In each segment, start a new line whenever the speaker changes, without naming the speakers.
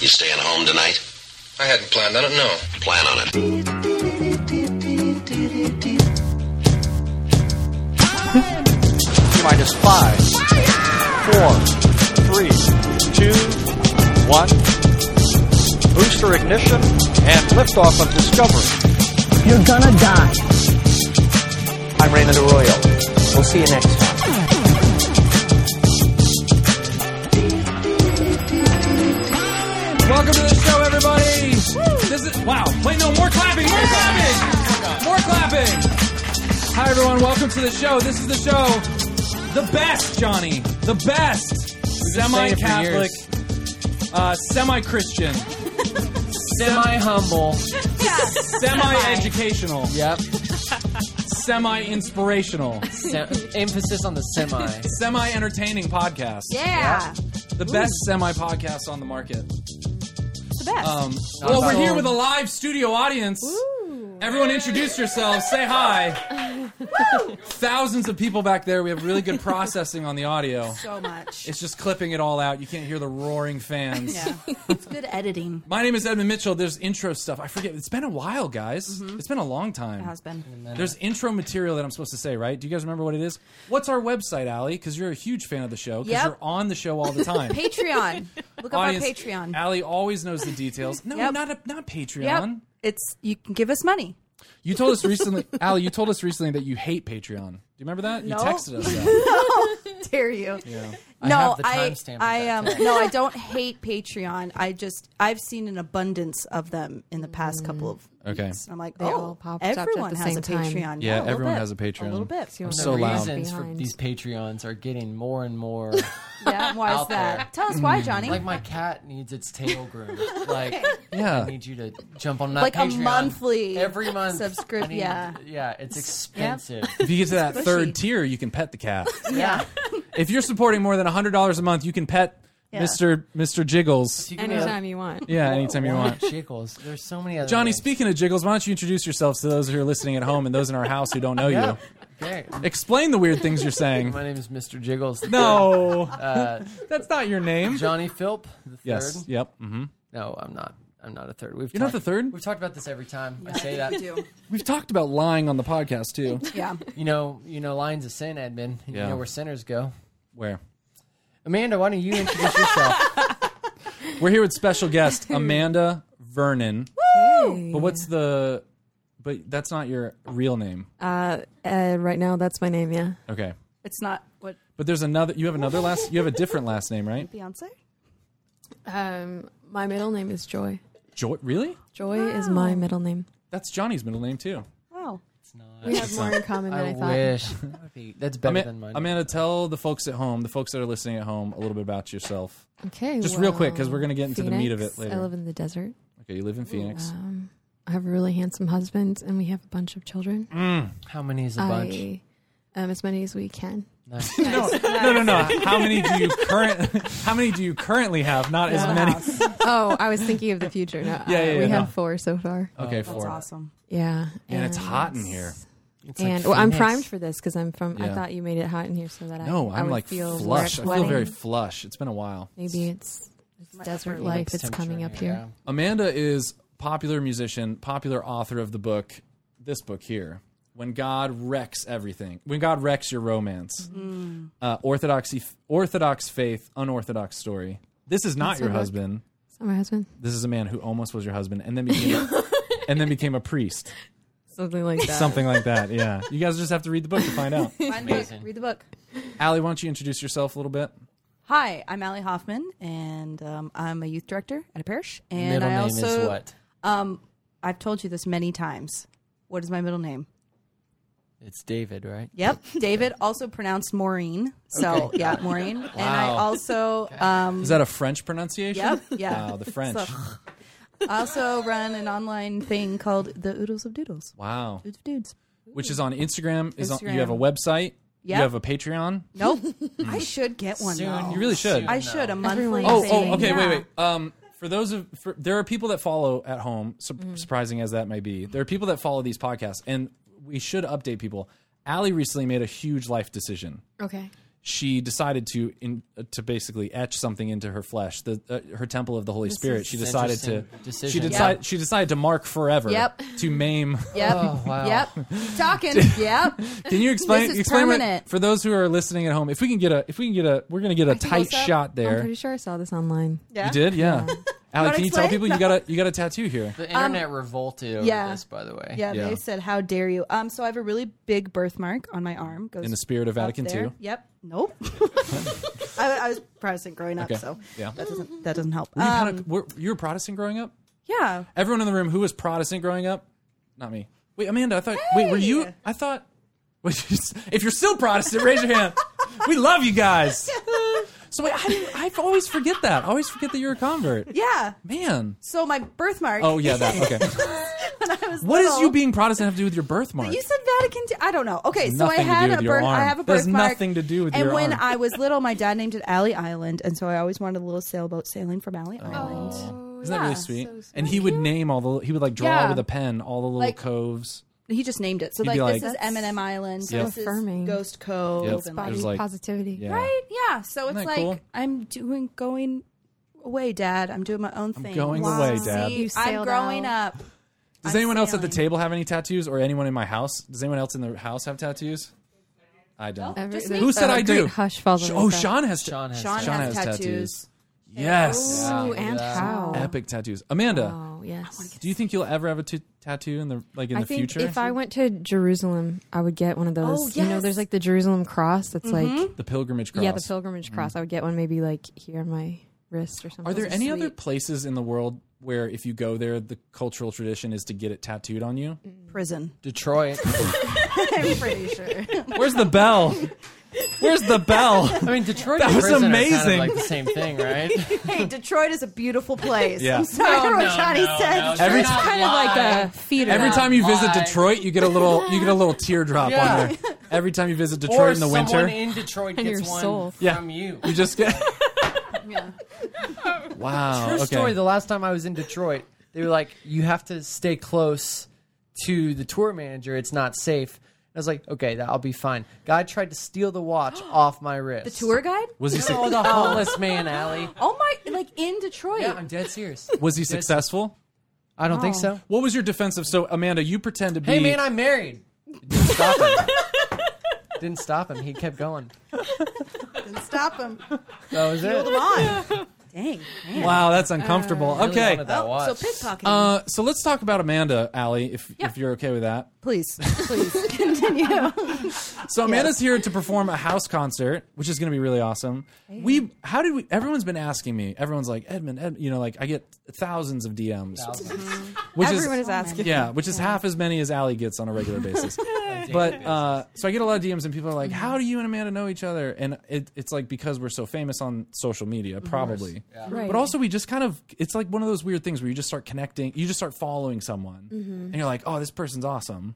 You staying home tonight?
I hadn't planned on it, no.
Plan on it.
minus five, four, three, two, one. Booster ignition and liftoff of Discovery.
You're gonna die.
I'm Raymond Arroyo. We'll see you next time.
Welcome to the show, everybody. This is wow. Wait, no, more clapping, more clapping, more clapping. Hi, everyone. Welcome to the show. This is the show. The best, Johnny. The best.
saying it for
Semi-Catholic,
years.
uh, semi-Christian,
Semi humble.
semi-educational,
Yep.
semi-inspirational,
Se- emphasis on the semi.
semi-entertaining podcast.
Yeah.
The best semi-podcast on the market.
The best.
Um,
Not
well, we're
bad.
here with a live studio audience. Everyone, introduce yourselves. Say hi. Thousands of people back there. We have really good processing on the audio.
so much.
It's just clipping it all out. You can't hear the roaring fans.
yeah. It's good editing.
My name is Edmund Mitchell. There's intro stuff. I forget. It's been a while, guys. It's been a long time.
Mm-hmm. It has been.
There's intro material that I'm supposed to say, right? Do you guys remember what it is? What's our website, Allie? Because you're a huge fan of the show. Because
Yep.
you're on the show all the time.
Patreon. Look up our Patreon.
Allie always knows the details. No,
Yep.
not a, not Patreon.
Yep. It's you can give us money.
You told us recently, Allie, you told us recently that you hate Patreon. Do you remember that?
No.
You texted us that.
Dare you?
I
No,
have the
I
timestamp of
I
that
um
text.
no, I don't hate Patreon. I just I've seen an abundance of them in the past couple of
Okay.
weeks. And I'm like,
They
oh,
all popped up at
everyone
the
has
same
a
time.
Patreon.
Yeah,
a little
everyone
bit.
has a Patreon.
A little bit.
So
so
the
loud.
reasons
reasons for
behind.
these Patreons are getting more and more.
Yeah, why is
Out
that? Tell us why, Johnny.
like my cat needs its tail groomed. Like I
Yeah.
need you to jump on that
Like a
Patreon.
monthly
every month
subscrip-
I need-
yeah.
Yeah, it's expensive.
If you get to that
Squishy.
third tier, you can pet the cat.
Yeah.
if you're supporting more than $100 a month, you can pet
Yeah.
Mr. Mr. Jiggles.
So you can have-
Anytime you want.
Yeah, anytime you
Why
want.
Jiggles. There's so many other
Johnny,
names.
speaking of Jiggles, why don't you introduce yourselves to those who are listening at home and those in our house who don't know
Yeah.
you?
Okay.
Explain the weird things you're saying.
My name is Mr. Jiggles.
No,
Uh,
that's not your name.
Johnny Philp, the
Yes.
third.
Yep. hmm
No, I'm not. I'm not a third. We've
You're not
talked-
the third?
We've talked about this every time I say that. You,
We've talked about lying on the podcast too.
yeah.
know, you know, lines of sin, Edmund. and
Yeah.
You know where sinners go.
Where?
Amanda, why don't you introduce yourself?
We're here with special guest Amanda Vernon.
Hey.
But what's the? But that's not your real name.
Uh, uh, right now, that's my name. Yeah.
Okay.
It's not what
But there's another. You have another last. You have a different last name, right?
Beyonce?
Um, my middle name is Joy.
Joy. Really?
Joy is my middle name.
That's Johnny's middle name too.
Wow.
We have more in common than I,
I
thought.
wish. That would be- That's better
Ama-
than mine.
Amanda, tell the folks at home, the folks that are listening at home, a little bit about yourself.
Okay.
Just real quick, 'cause
well,
we're gonna get into the meat of
Phoenix,
it later.
I live in the desert.
Okay, you live in Phoenix.
Um, I have a really handsome husband, and we have a bunch of children.
How many is a bunch?
I um, as many as we can.
Nice.
No,
uh,
no, no, no. How many do you current? How many do you currently have? Not as many.
oh, I was thinking of the future. No,
Yeah,
uh,
yeah,
we
yeah,
have
no.
four so far.
Okay,
That's
four.
awesome.
Yeah,
And it's hot in here.
It's like
and well, I'm
Phoenix.
primed for this because I'm from.
Yeah.
I thought you made it hot in here so that I
No,
I
I'm
would
like
feel
flush. I
we're
feel very
sweating.
flush. It's been a while.
Maybe it's, it's desert
Like
life. It's
temperature,
coming up
yeah.
here.
Amanda is popular musician, popular author of the book, this book here, When God Wrecks Everything, When God Wrecks Your Romance,
Mm.
uh, Orthodoxy, Orthodox Faith, Unorthodox Story. This is not your
her book.
husband.
It's not my husband.
This is a man who almost was your husband and then became, and then became a priest.
Something like that.
Something like that, yeah. You guys just have to read the book to find out.
Find the book.
Amazing.
Read the book.
Allie, why don't you introduce yourself a little bit?
Hi, I'm Allie Hoffman, and um, I'm a youth director at a parish. And
Middle
I
name
also,
is what?
Um, I've told you this many times. What is my middle name?
It's David, right?
Yep, David, also pronounced Maureen. So yeah, Maureen. And I
Wow.
also, um,
Is that a French pronunciation?
yep, yeah.
Wow, the French.
So- I also run an online thing called the Oodles of Doodles.
Wow.
Dudes of Dudes.
Which is on Instagram. Is on, you have a
Instagram.
website.
Yep.
You have a Patreon.
Nope, I should get one. though.
Hmm. You really should.
I should a monthly.
Everyone
Oh,
should.
thing.
oh, okay,
Yeah.
wait, wait. Um, for those of for, there are people that follow at home. Su- Surprising as that may be, there are people that follow these podcasts, and we should update people. Allie recently made a huge life decision.
Okay.
she decided to in, uh, to basically etch something into her flesh, the uh, her temple of the Holy Spirit. She
an
decided to
interesting decision.
she
Yep.
decided she decided to mark forever
Yep.
to maim.
Yep.
Oh, wow.
Yep. Talking. yep.
Can you explain
This is
explain what-
permanent.
for those who are listening at home? If we can get a if we can get a we're gonna get a
can
tight
close up.
shot
I'm
there.
pretty sure I saw this online.
Yeah.
You did, yeah. Allie,
wanna
can you tell
explain?
people you got a you got a tattoo here?
The
Um,
internet revolted over
yeah.
this, by the way.
Yeah,
Yeah.
they said, "How dare you?" Um, so I have a really big birthmark on my arm. Goes
In the spirit of
up
Vatican
there.
II?
Yep. Nope. I, I was Protestant growing up,
Okay.
so
Yeah.
that doesn't that doesn't help.
You, had
Um,
a, were, you were Protestant growing up.
yeah.
Everyone in the room who was Protestant growing up, not me. Wait, Amanda, I thought. Wait, were you? I thought. If you're still Protestant, raise your hand. We love you guys. So wait, I, didn't, I always forget that. I always forget that you're a convert.
Yeah.
Man.
So my birthmark.
Oh yeah, that okay.
when I was
What does
little-
you being Protestant have to do with your birthmark?
You said Vatican. II. I don't know. Okay, so I
Nothing to do
had
with
a
your
birth.
arm.
I have a
There's
birthmark.
nothing to do with
and
your
when
arm.
I was little, my dad named it Alley Island, and so I always wanted a little sailboat sailing from Alley
Oh.
Island.
Oh,
Isn't that really
Yeah,
sweet?
so
and he would name all the he would like draw
Yeah.
with a pen all the little
Like-
coves.
He just named it. So
You'd be
like, this
like-
is M and M Island.
Yep.
This
affirming.
is Ghost Cove.
Yep.
And
It
Body
like,
was like-
positivity.
Yeah.
right? Yeah. So it's
that
like
cool?
I'm doing going away, Dad. I'm doing my own thing.
going away,
See,
Dad.
You
I'm
sailed
growing up.
Does
I'm
anyone else at the
sailing.
table have any tattoos or anyone in my house? Does anyone else in the house have tattoos? I don't.
Every-
Just
there's
me.
Who said
a
I
great
do?
Hush falls.
Sh-
over
oh,
that.
Sean has
Sean has
Sean
Sean
has
has
tattoos.
Yes.
Ooh,
Yeah.
and
Yeah.
how?
Epic tattoos. Amanda,
Oh, yes.
do you think you'll ever have a t- tattoo in the like in
I
the
think
future?
if I went to Jerusalem, I would get one of those.
Oh,
You know,
yes.
there's like the Jerusalem cross that's like
the pilgrimage cross. Mm-hmm.
Yeah, the pilgrimage cross. I would get one maybe like here on my wrist or something.
Are there any other
sweet.
places in the world where if you go there the cultural tradition is to get it tattooed on you?
Mm.
Prison.
Detroit.
I'm pretty sure.
Where's the bell? Where's the bell?
I mean, Detroit.
That
and
was
prison are Kind
amazing.
of like the same thing, right?
hey, Detroit is a beautiful place.
Yeah.
I'm sorry
No,
what
no,
Johnny
no,
said.
no,
Every
Detroit's
time-
not
kind of like
live.
a feeder?
Every time you visit
Why?
Detroit, you get a little you get a little teardrop
Yeah.
on there. Every time you visit Detroit
or
in the
someone
winter,
in Detroit
And
gets
your
one
soul.
Yeah.
from you.
you just get. Wow.
True
okay.
story. The last time I was in Detroit, they were like, "You have to stay close to the tour manager. It's not safe." I was like, "Okay, that- I'll be fine." Guy tried to steal the watch off my wrist.
The tour guide?
was he
Oh,
su-
the homeless man, Allie.
Oh my! Like in Detroit.
Yeah, I'm dead serious.
was he successful?
I don't
Oh.
think so.
What was your defensive? So Amanda, you pretend to be.
Hey, man, I'm married. Didn't stop him. Didn't stop him. He kept going.
Stop him.
That was it.
Come on. Dang. Man.
wow, that's uncomfortable. okay.
wanted that
Oh,
watch.
so pickpocketing.
Uh, so let's talk about Amanda, Allie, if if you're okay with that.
please, please continue.
So Amanda's here to perform a house concert, which is going to be really awesome. We, how did we? Everyone's been asking me. Everyone's like Edmund, Ed, you know, like I get thousands of DMs, which
Everyone is asking.
Yeah, which is half as many as Allie gets on a regular basis. but uh, so I get a lot of DMs and people are like, "How do you and Amanda know each other?" And it, it's like because we're so famous on social media, probably.
Right.
But also, we just kind of it's like one of those weird things where you just start connecting, you just start following someone,
Mm-hmm.
and you're like, "Oh, this person's awesome."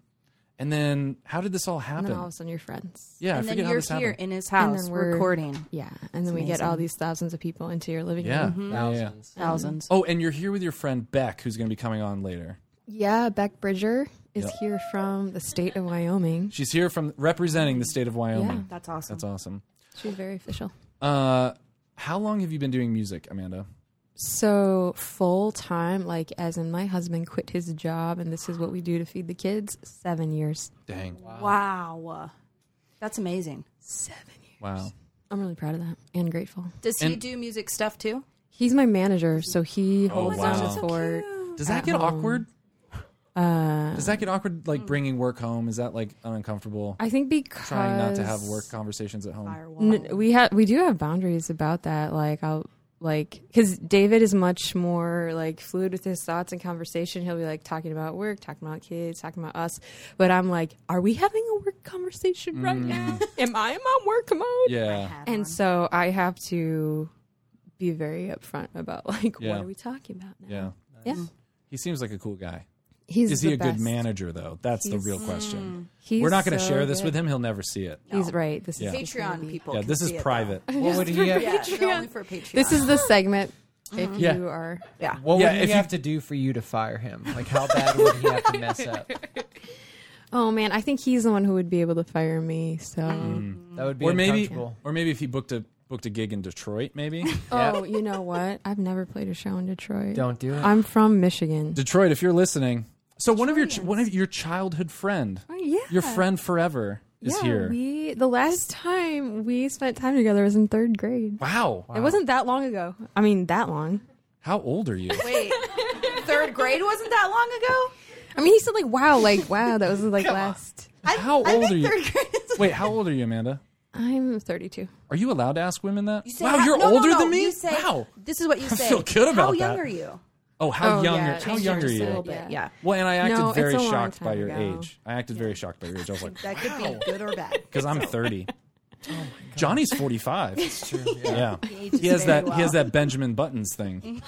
And then, how did this all
and
happen?
then all of a sudden you're friends.
yeah, I
and
forget
then
how
you're
this
here
happened.
in his
And
house
then we're-
recording.
Yeah, and then we get all these thousands of people into your living
yeah.
room.
yeah, yeah, yeah.
Thousands.
Thousands.
Oh, and you're here with your friend Beck, who's going to be coming on later.
Yeah, Beck Bridger is here from the state of Wyoming.
She's here from representing the state of Wyoming.
Yeah.
That's awesome.
That's awesome.
She's very official.
Uh, how long have you been doing music, Amanda?
So full time, like as in my husband quit his job, and this is what we do to feed the kids. Seven years.
Dang.
Wow. That's amazing.
Seven years.
Wow.
I'm really proud of that and grateful.
Does he
And-
do music stuff too?
He's my manager, so he holds
Oh, wow.
down
That's
the
so
fort.
Does that
at
get
home.
awkward?
Uh,
Does that get awkward? Like bringing work home? Is that like uncomfortable?
I think because
Trying not to have work conversations at home.
Firewall.
N- we have we do have boundaries about that. Like I'll like because David is much more like fluid with his thoughts and conversation. He'll be like talking about work, talking about kids, talking about us. But I'm like, are we having a work conversation right now? Am I am on work mode?
Mm. Yeah.
And so I have to be very upfront about like
Yeah.
what are we talking about now?
Yeah.
Yeah.
He seems like a cool guy.
He's
Is he
the
a
best.
good manager though? That's the
He's- Mm.
real question.
He's
We're not going to
so
share this
good.
with him. He'll never see it.
He's right. This
Yeah.
is just gonna
Patreon
be-
people.
Yeah,
can
this is
see it, though.
Private. What would he have?
Yeah, they're only for Patreon.
This is the segment. If
Yeah.
you are
What
Yeah,
would
if
he
you-
have to do for you to fire him? Like, how bad would he have to mess up?
Oh man, I think he's the one who would be able to fire me. So
Mm.
That would be
or maybe,
uncomfortable.
or maybe if he booked a booked a gig in Detroit, maybe
Oh, you know what? I've never played a show in Detroit.
Don't do it.
I'm from Michigan.
Detroit. If you're listening, so one of your ch- one of your childhood friend,
Oh, yeah.
your friend forever is
yeah,
here.
we the last time we spent time together was in third grade.
wow.
It wasn't that long ago. I mean, that long.
How old are you?
Wait, third grade wasn't that long ago?
I mean, he said like, "Wow, like, wow, that was like last."
I,
How
I
old
think
are you?
Third grade is-
Wait, how old are you, Amanda?
I'm 32.
Are you allowed to ask women that?
You say
wow,
how-
you're
no, no,
older
no,
than me.
You say,
wow.
This is what you say.
feel good
How
about
young
that.
are you?
Oh, how
Oh,
young?
yeah,
are-
it
how
changed
young are
yours a
you?
little bit.
Yeah.
Yeah.
Well, and I acted
No, it's
very
a long
shocked by
time
your
ago.
age. I acted very shocked by your age. I was like,
That could be good or bad.
because I'm 30. Johnny's 45. It's true. Yeah.
ages
He has
very
that. He has
well.
that Benjamin Buttons thing.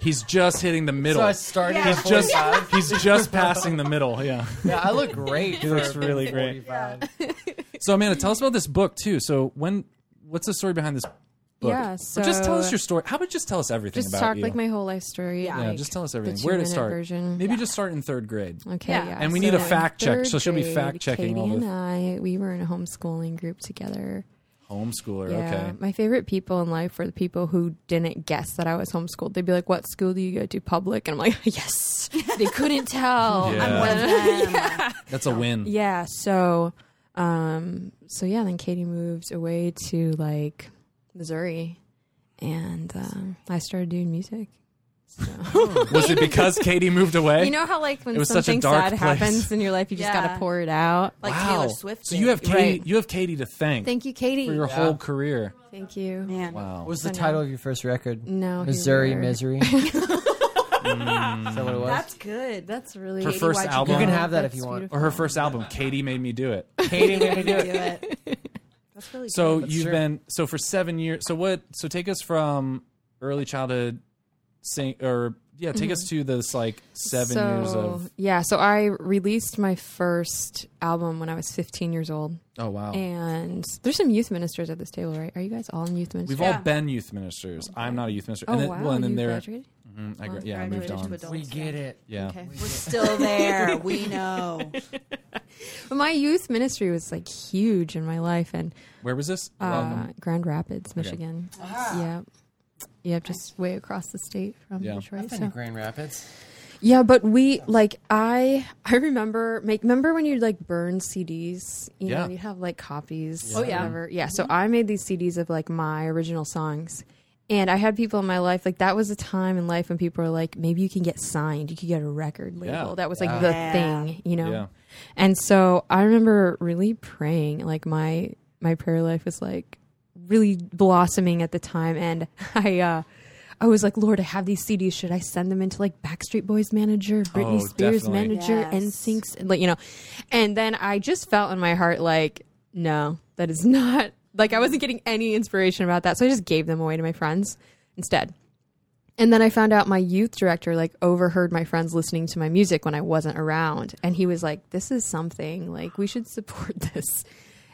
he's just hitting the middle.
so I started
Yeah.
at
he's just.
45.
He's just passing the middle. Yeah.
yeah, I look great. He
looks really great.
45.
So Amanda, tell us about this book too. So when, what's the story behind this book?
Yeah,
Or just tell us
so-
your story. How about just tell us everything
Just
about
talk
you?
like my whole life story.
Yeah.
yeah,
like,
just tell us
the
everything. Where to
two-minute
start?
Version.
Maybe just start in third grade.
Okay,
Yeah.
yeah.
And we need a
in
fact check,
third
so she'll be
grade,
fact checking
Katie
all the-
and I, we were in a homeschooling group together.
Homeschooler.
Yeah,
Okay.
my favorite people in life were the people who didn't guess that I was homeschooled. They'd be like, "What school do you go to? Public?" And I'm like, "Yes." They couldn't tell.
Yeah.
I'm
One
one
of
of
them.
That's a win.
yeah so um so yeah then katie moved away to like missouri and um, i started doing music
Was it because Katie moved away?
you know how like when
It was such a
something
dark
sad
place.
happens in your life you just
Yeah.
gotta pour it out
Like
wow.
Taylor Swift.
So
did.
you have Katie.
Right.
You have Katie to thank.
thank you katie
for your whole career.
thank you
man.
Wow.
What was the
I know.
title of your first record?
No, here
Missouri
we are.
Misery. Is that
Mm.
what it was?
That's good. That's
that's really
Her
Katie
first
Wajid.
album.
you can have that
That's
if you want.
beautiful.
or her first album, Katie made me do it.
Katie made me do
do
it.
it. That's really
So
good.
you've
true.
been so for seven years. So what? So take us from early childhood, sing or yeah, take us to this like seven
Mm-hmm. so,
years of.
yeah so i released my first album when i was 15 years old
Oh wow.
and there's some youth ministers at this table right are you guys all in youth ministry
We've all been youth ministers. I'm not a youth minister.
oh
and then,
wow
well, and then
you
there,
graduated
Mhm, I, gra-
Well,
yeah, I moved
graduated to
on.
adults.
We get it.
Yeah.
okay
We're still there. We know.
But my youth ministry was like huge in my life, and
Where was this? Um,
uh,
Welcome.
Grand Rapids, Michigan. Yep. Yep, just way across the state from
Yeah.
Detroit.
Been
so-
to Grand Rapids.
Yeah, but we like I I remember make remember when you'd like burn CDs, you
Yeah.
know, you'd have like copies.
Oh, yeah.
Whatever. Yeah. So I made these CDs of like my original songs. And I had people in my life, like that was a time in life when people were like, maybe you can get signed, you could get a record label.
Yeah.
That was like the
Yeah.
thing, you know?
Yeah.
And so I remember really praying, like my my prayer life was like really blossoming at the time and I uh I was like, Lord, I have these CDs. Should I send them into like Backstreet Boys manager, Britney
Oh,
Spears
definitely.
manager,
Yes.
NSYNC's, like you know? And then I just felt in my heart like, no, that is not like I wasn't getting any inspiration about that. So I just gave them away to my friends instead. And then I found out my youth director like overheard my friends listening to my music when I wasn't around, and he was like, "This is something like we should support this."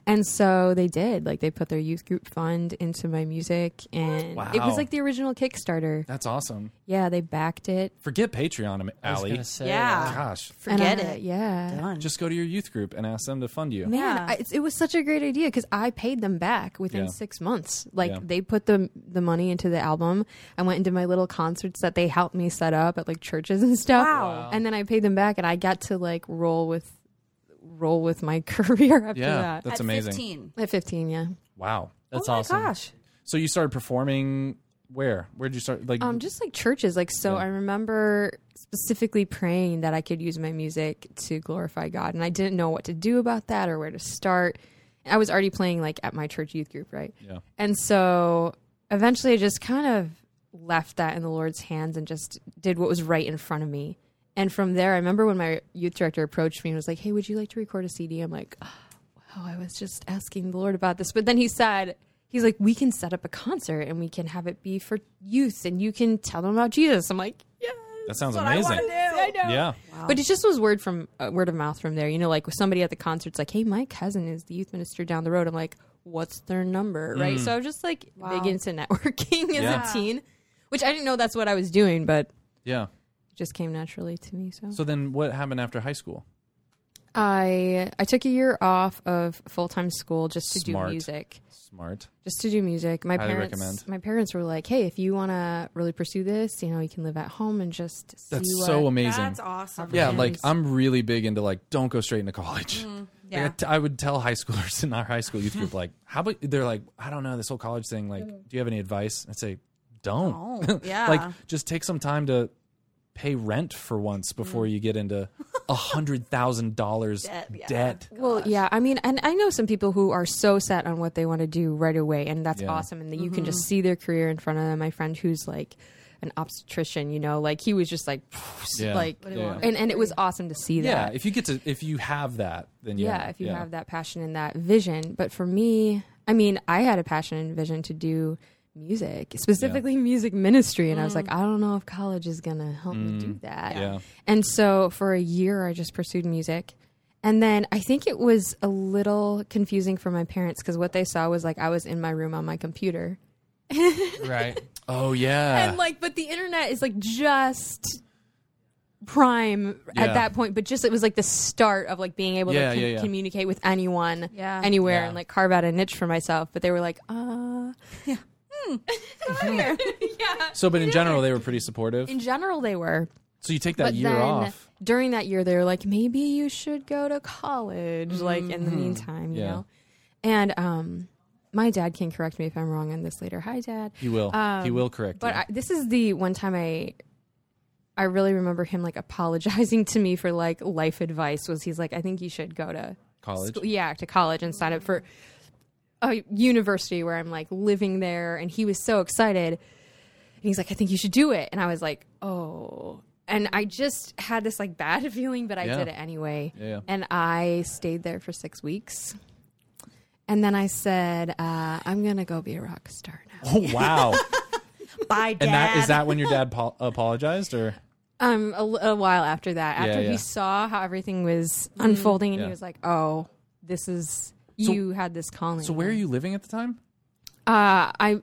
And so they did. Like they put their youth group fund into my music, and it
Wow.
was like the original Kickstarter.
That's awesome.
Yeah, they backed it.
Forget Patreon,
I was
Allie.
gonna say,
Yeah.
Gosh,
And
Forget
I-
it.
Yeah.
Done.
just go to your youth group and ask them to fund you.
Man,
Yeah.
I, it's- it was such a great idea because I paid them back within
Yeah.
six months. Like
Yeah.
they put the the money into the album. I went into my little concerts that they helped me set up at like churches and stuff.
Wow.
And then I paid them back, and I got to like roll with roll with my career after
yeah,
that.
that's
At
amazing.
15.
At fifteen, yeah.
Wow.
That's
oh my
awesome.
gosh.
So you started performing where? Where did you start? Like
Um, just like churches, like so. I remember specifically praying that I could use my music to glorify God, and I didn't know what to do about that or where to start. I was already playing like at my church youth group, right?
Yeah.
And so eventually I just kind of left that in the Lord's hands and just did what was right in front of me. And from there, I remember when my youth director approached me and was like, Hey, would you like to record a CD? I'm like, Oh, wow, I was just asking the Lord about this. But then he said, He's like, We can set up a concert and we can have it be for youth and you can tell them about Jesus. I'm like, Yes.
that sounds
I
amazing.
wanna do.
I know.
Yeah.
But it just was word from uh, word of mouth from there. You know, like with somebody at the concert's like, "Hey, my cousin is the youth minister down the road." I'm like, "What's their number?" Right. So I was just like big into networking as
Mm. Yeah.
a teen, which I didn't know that's what I was doing, but
Yeah.
it just came naturally to me. So,
So then what happened after high school?
I I took a year off of full time school just to
Smart.
do music.
Smart.
Just to do music. My
Highly
parents
recommend.
my parents were like, Hey, if you wanna really pursue this, you know, you can live at home and just see
That's
what-
so amazing.
That's awesome.
Yeah,
Yeah.
like I'm really big into like don't go straight into college. Like, I,
Mm, yeah.
t- I would tell high schoolers in our high school youth group like, how about they're like, I don't know this whole college thing. Like, do you have any advice? I'd say, don't.
Mm. Don't. Yeah.
like, just take some time to pay rent for once before you get into a hundred thousand dollars
Debt, yeah.
Mm. debt.
Well, yeah, I mean, and I know some people who are so set on what they want to do right away, and that's
Yeah.
awesome, and that you can just see their career in front of them. My friend who's like an obstetrician, you know, like he was just like,
Yeah.
like,
What do you want?
and and it was awesome to see
Yeah.
that.
if you get to if you have that, then yeah,
yeah, if you have that passion and that vision. But for me, I mean, I had a passion and vision to do music, specifically music ministry, and I was like, I don't know if college is gonna help me do that.
Yeah.
And so for a year, I just pursued music. And then I think it was a little confusing for my parents because what they saw was like I was in my room on my computer.
right.
Oh yeah,
And like, but the internet is like just prime
Yeah.
at that point, but just it was like the start of like being able
Yeah,
to com-
yeah, yeah.
communicate with anyone,
Yeah.
anywhere,
Yeah.
and like carve out a niche for myself. But they were like, uh, yeah. yeah.
So, but in general, they were pretty supportive.
In general, they were.
So you take that
but
year
then
off.
during that year, they were like, maybe you should go to college, like in the meantime, you
Mm-hmm. Yeah.
know? And, um, my dad can correct me if I'm wrong on this later. Hi, Dad.
He will. he will correct.
um, But
you.
I, this is the one time I, I really remember him like apologizing to me for like life advice. Was he's like, I think you should go to
college.
school, yeah, to college and sign up for a university where I'm like living there. And he was so excited, and he's like, I think you should do it. And I was like, oh. And I just had this like bad feeling, but I
Yeah.
did it anyway.
Yeah, yeah.
And I stayed there for six weeks. And then I said, uh, I'm going to go be a rock star now.
Oh wow!
Bye, dad.
and that is that when your dad po- apologized or
Um, a, l- a while after that,
Yeah,
after
yeah.
he saw how everything was unfolding, and
Yeah.
he was like, "Oh, this is you had this calling."
so? Where are you living at the time?
Uh, I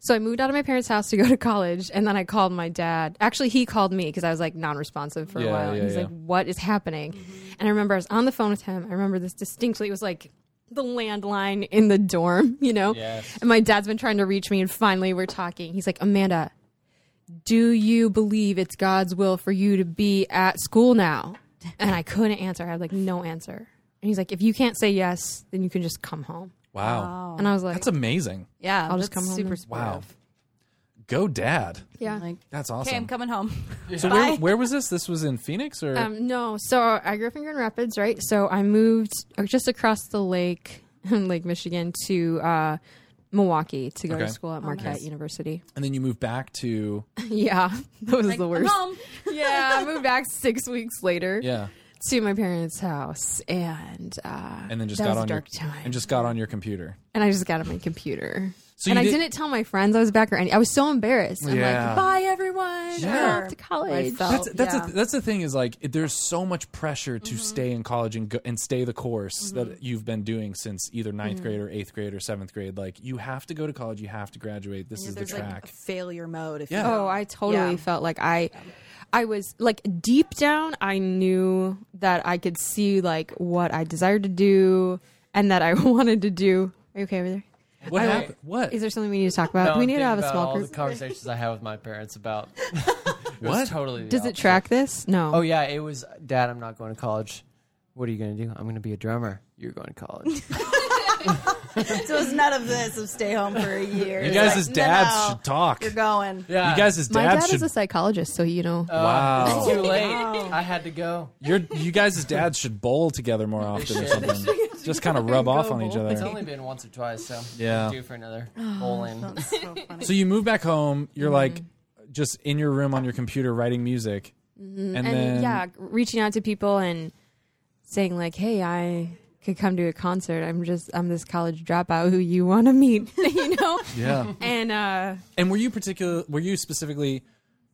so I moved out of my parents' house to go to college, and then I called my dad. Actually, he called me because I was like non-responsive for
Yeah,
a while.
yeah,
and he's
yeah.
like, "What is happening?" And I remember I was on the phone with him. I remember this distinctly. It was like the landline in the dorm, you know.
Yes.
And my dad's been trying to reach me, and finally we're talking. He's like, "Amanda, do you believe it's God's will for you to be at school now?" And I couldn't answer. I had like no answer. And he's like, "If you can't say yes, then you can just come home."
Wow,
And I was like,
that's amazing.
yeah.
I'll just
that's
come home
super
and-
supportive.
Wow. Go dad.
"Yeah."
Like,
That's
okay, I'm
awesome.
coming home.
so where, where was this? This was in Phoenix or
Um, no, so I grew up in Grand Rapids, right? So I moved uh, just across the lake, Lake Michigan, to uh, Milwaukee to go
Okay.
to school at Marquette University.
and then you moved back to
yeah, that was
Like,
the
I'm
worst.
home.
yeah, I moved back six weeks later
Yeah.
to my parents' house, and uh,
And then just
that
got
was a
on your
dark time.
and just got on your computer.
and I just got on my computer.
So
and
you
I
did-
didn't tell my friends I was back or any. I was so embarrassed. I'm
Yeah.
like, bye everyone. I'm
Sure.
off to college.
That's that's
yeah.
a, that's the thing is like it- there's so much pressure to stay in college and go, and stay the course that you've been doing since either ninth grade or eighth grade or seventh grade. Like you have to go to college, you have to graduate. This is the
There's
track.
like failure mode. If
Yeah.
You
Oh, I totally
Yeah.
felt like I I was like deep down I knew that I could see like what I desired to do and that I wanted to do. Are you okay over there?
what happened? What?
Is there something we need to talk about?
No,
Do we
I'm
need to
thinking
have a
about
small
all
group.
the conversations I had with my parents about It was
What?
totally. the
Does it
opposite.
track this? No.
Oh yeah, it was. Dad, I'm not going to college. What are you going to do? I'm going to be a drummer. You're going to college.
so it's none of this of stay home for a year.
you
It's
guys
like,
as dads
no, no,
should talk.
You're going.
yeah,
You guys Oh. as
My
dads
dad
should
is a psychologist, so you know.
Wow.
Too late.
Oh.
I had to go.
You're, you guys as dads should bowl together more often or
should.
something. Just kind of rub off on each
It's
other.
only been once or twice, so
Yeah.
Due for another
Oh,
bowling.
So funny.
So you move back home. You're like just in your room on your computer writing music, and
and
then
yeah, reaching out to people and saying like, "Hey, I could come to a concert. I'm just I'm this college dropout who you want to meet," you know?
yeah.
And uh
And were you particular? Were you specifically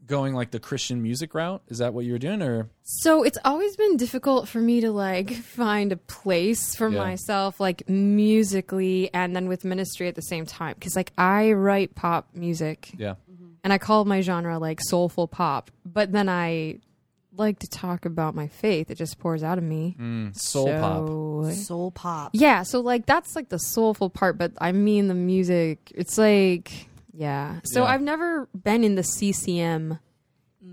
going like the Christian music route? Is that what you were doing, or
So it's always been difficult for me to like find a place for
Yeah.
myself, like musically and then with ministry at the same time. Cause like I write pop music
yeah?
and I call my genre like soulful pop, but then I like to talk about my faith. It just pours out of me.
Mm, soul pop.
So-
Soul pop.
Yeah, so like that's like the soulful part, but I mean the music. It's like yeah. So
Yeah.
I've never been in the CCM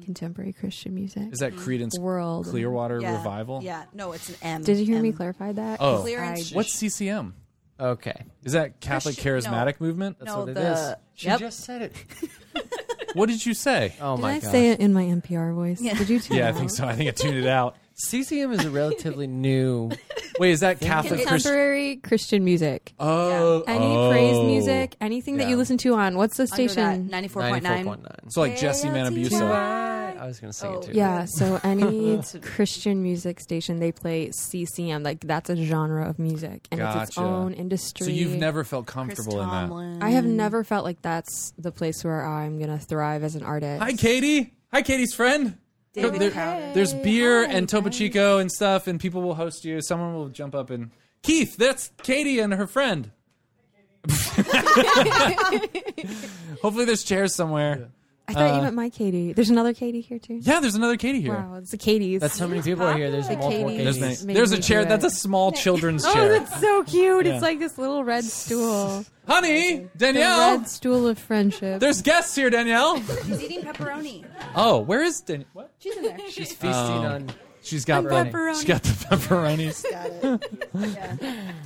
contemporary Christian music
Is that Credence
world.
Clearwater
Yeah.
Revival?
Yeah. No, it's an M.
Did you hear me
M.
clarify that?
Oh.
Clear and sh-
What's CCM?
Okay.
Is that Catholic
Christian- no.
Charismatic Movement?
That's
No,
what it
the-
is. She
yep.
just said it.
What did you say?
Oh
Did
my
I
gosh.
say it in my NPR voice? Did you? Too?
Yeah, I think so. I think I tuned it out.
CCM is a relatively new.
Wait, is that Catholic Christian?
Contemporary Christian music.
Oh,
Any
oh.
praise music, anything that
Yeah.
you listen to on what's the
Under that,
station?
94.9.
94.9.
So like Jesse Manabusa.
I was going to sing it too.
Oh, Yeah, so any Christian music station they play CCM, like that's a genre of music and it's its
Gotcha.
own industry.
So you've never felt
Chris
comfortable in that.
Tomlin.
I have never felt like that's the place where I'm gonna thrive as an artist.
Hi, Katie. Hi, Katie's friend.
David
There-
Crowder.
There's beer and Topo Chico and stuff, and people will host you. Someone will jump up and Keith. That's Katie and her friend. Hopefully, there's chairs somewhere.
I thought
uh,
you meant my Katie. There's another Katie here too.
Yeah, there's another Katie here.
Wow, it's the Katie's.
That's how many people are here. There's multiple
Katie's.
There's,
Katie's.
Amazing.
many-
Made
there's a
me
chair.
do
That's
it.
a small children's
oh,
chair.
that's so cute.
Yeah.
It's like this little red stool.
Honey,
The
Danielle.
red stool of friendship.
There's guests here, Danielle.
He's eating pepperoni.
Oh, where is Danielle? What?
She's in there.
She's feasting
Um,
on.
She's got
pepperoni.
She got the pepperonis.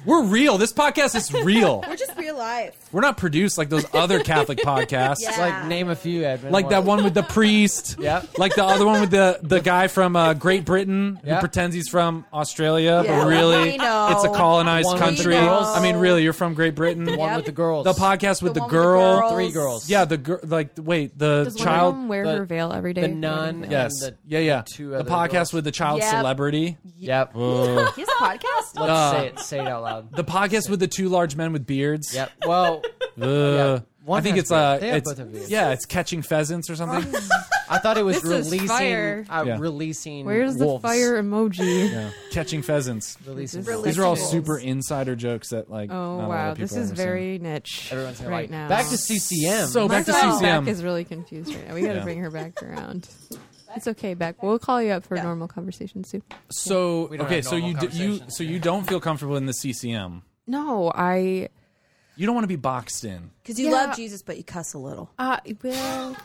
We're real. This podcast is real.
We're just real life.
We're not produced like those other Catholic podcasts.
Yeah.
Like, name a few, Edmund.
Like that one with the priest.
Yep.
Like the other one with the, the guy from uh, Great Britain who
Yeah.
pretends he's from Australia,
Yeah.
but really
We know.
it's a colonized
One with the
country.
girls.
I mean, really, you're from Great Britain.
The one with the girls.
The podcast with the,
one with the
girl.
girl.
Three girls.
Yeah, the girl. Like, wait, the
Does one
child.
of them wear
the-
her veil every day?
The nun.
Yes.
And the,
yeah, yeah.
two
the
other
podcast
girls.
with the child
Yep.
celebrity.
Yep.
He has a podcast.
Let's
Uh,
say it. Say it out loud.
The podcast with the two large men with beards.
Yep. Well,
Ugh.
One
I think
has
it's uh,
beards. They have
it's-
both have beards.
yeah, it's catching pheasants or something.
I thought it was
This is
releasing.
fire.
Uh,
Yeah.
Releasing.
Where's
wolves.
the fire emoji?
yeah, catching pheasants.
Releasing.
This is-
wolves.
These are all
Wolves.
super insider jokes that like.
Oh
not a lot
wow,
of people
this is
understand.
very niche.
Everyone's gonna
right
like,
now.
Back to CCM.
So back to
Myself.
CCM.
Beck is really confused right now. We got to
Yeah.
bring her back around. It's okay, Beck. We'll call you up for normal conversation soon.
so
don't
okay,
have
so you
normal
do, you
conversations.
so you don't feel comfortable in the CCM.
No, I.
You don't want to be boxed in.
Because you
Yeah.
love Jesus, but you cuss a little.
Uh, well,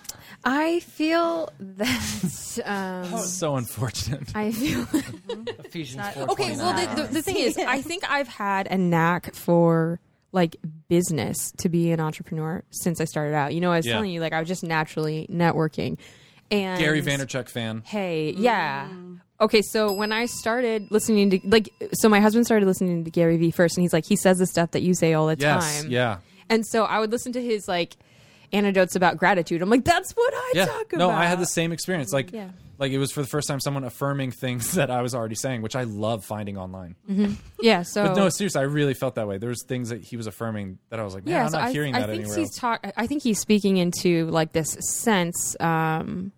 I feel that. Um,
So unfortunate.
I feel.
Ephesians 4,
Okay, well, the, the, the thing is, I think I've had a knack for like business to be an entrepreneur since I started out. You know, I was
Yeah.
telling you, like, I was just naturally networking. And
Gary Vaynerchuk fan.
Hey, yeah. Okay, so when I started listening to like so my husband started listening to Gary Vee first and he's like he says the stuff that you say all the
Yes.
time.
Yeah.
And so I would listen to his like anecdotes about gratitude. I'm like that's what I
yeah.
talk about.
no, I had the same experience. Like,
Yeah.
like it was for the first time someone affirming things that I was already saying, which I love finding online.
Mm-hmm. Yeah, so
But no, seriously, I really felt that way. There was things that he was affirming that I was like, man,
yeah,
I'm
so
not
I,
hearing
I
that
think
anywhere
he's
else.
talk I think he's speaking into like this sense um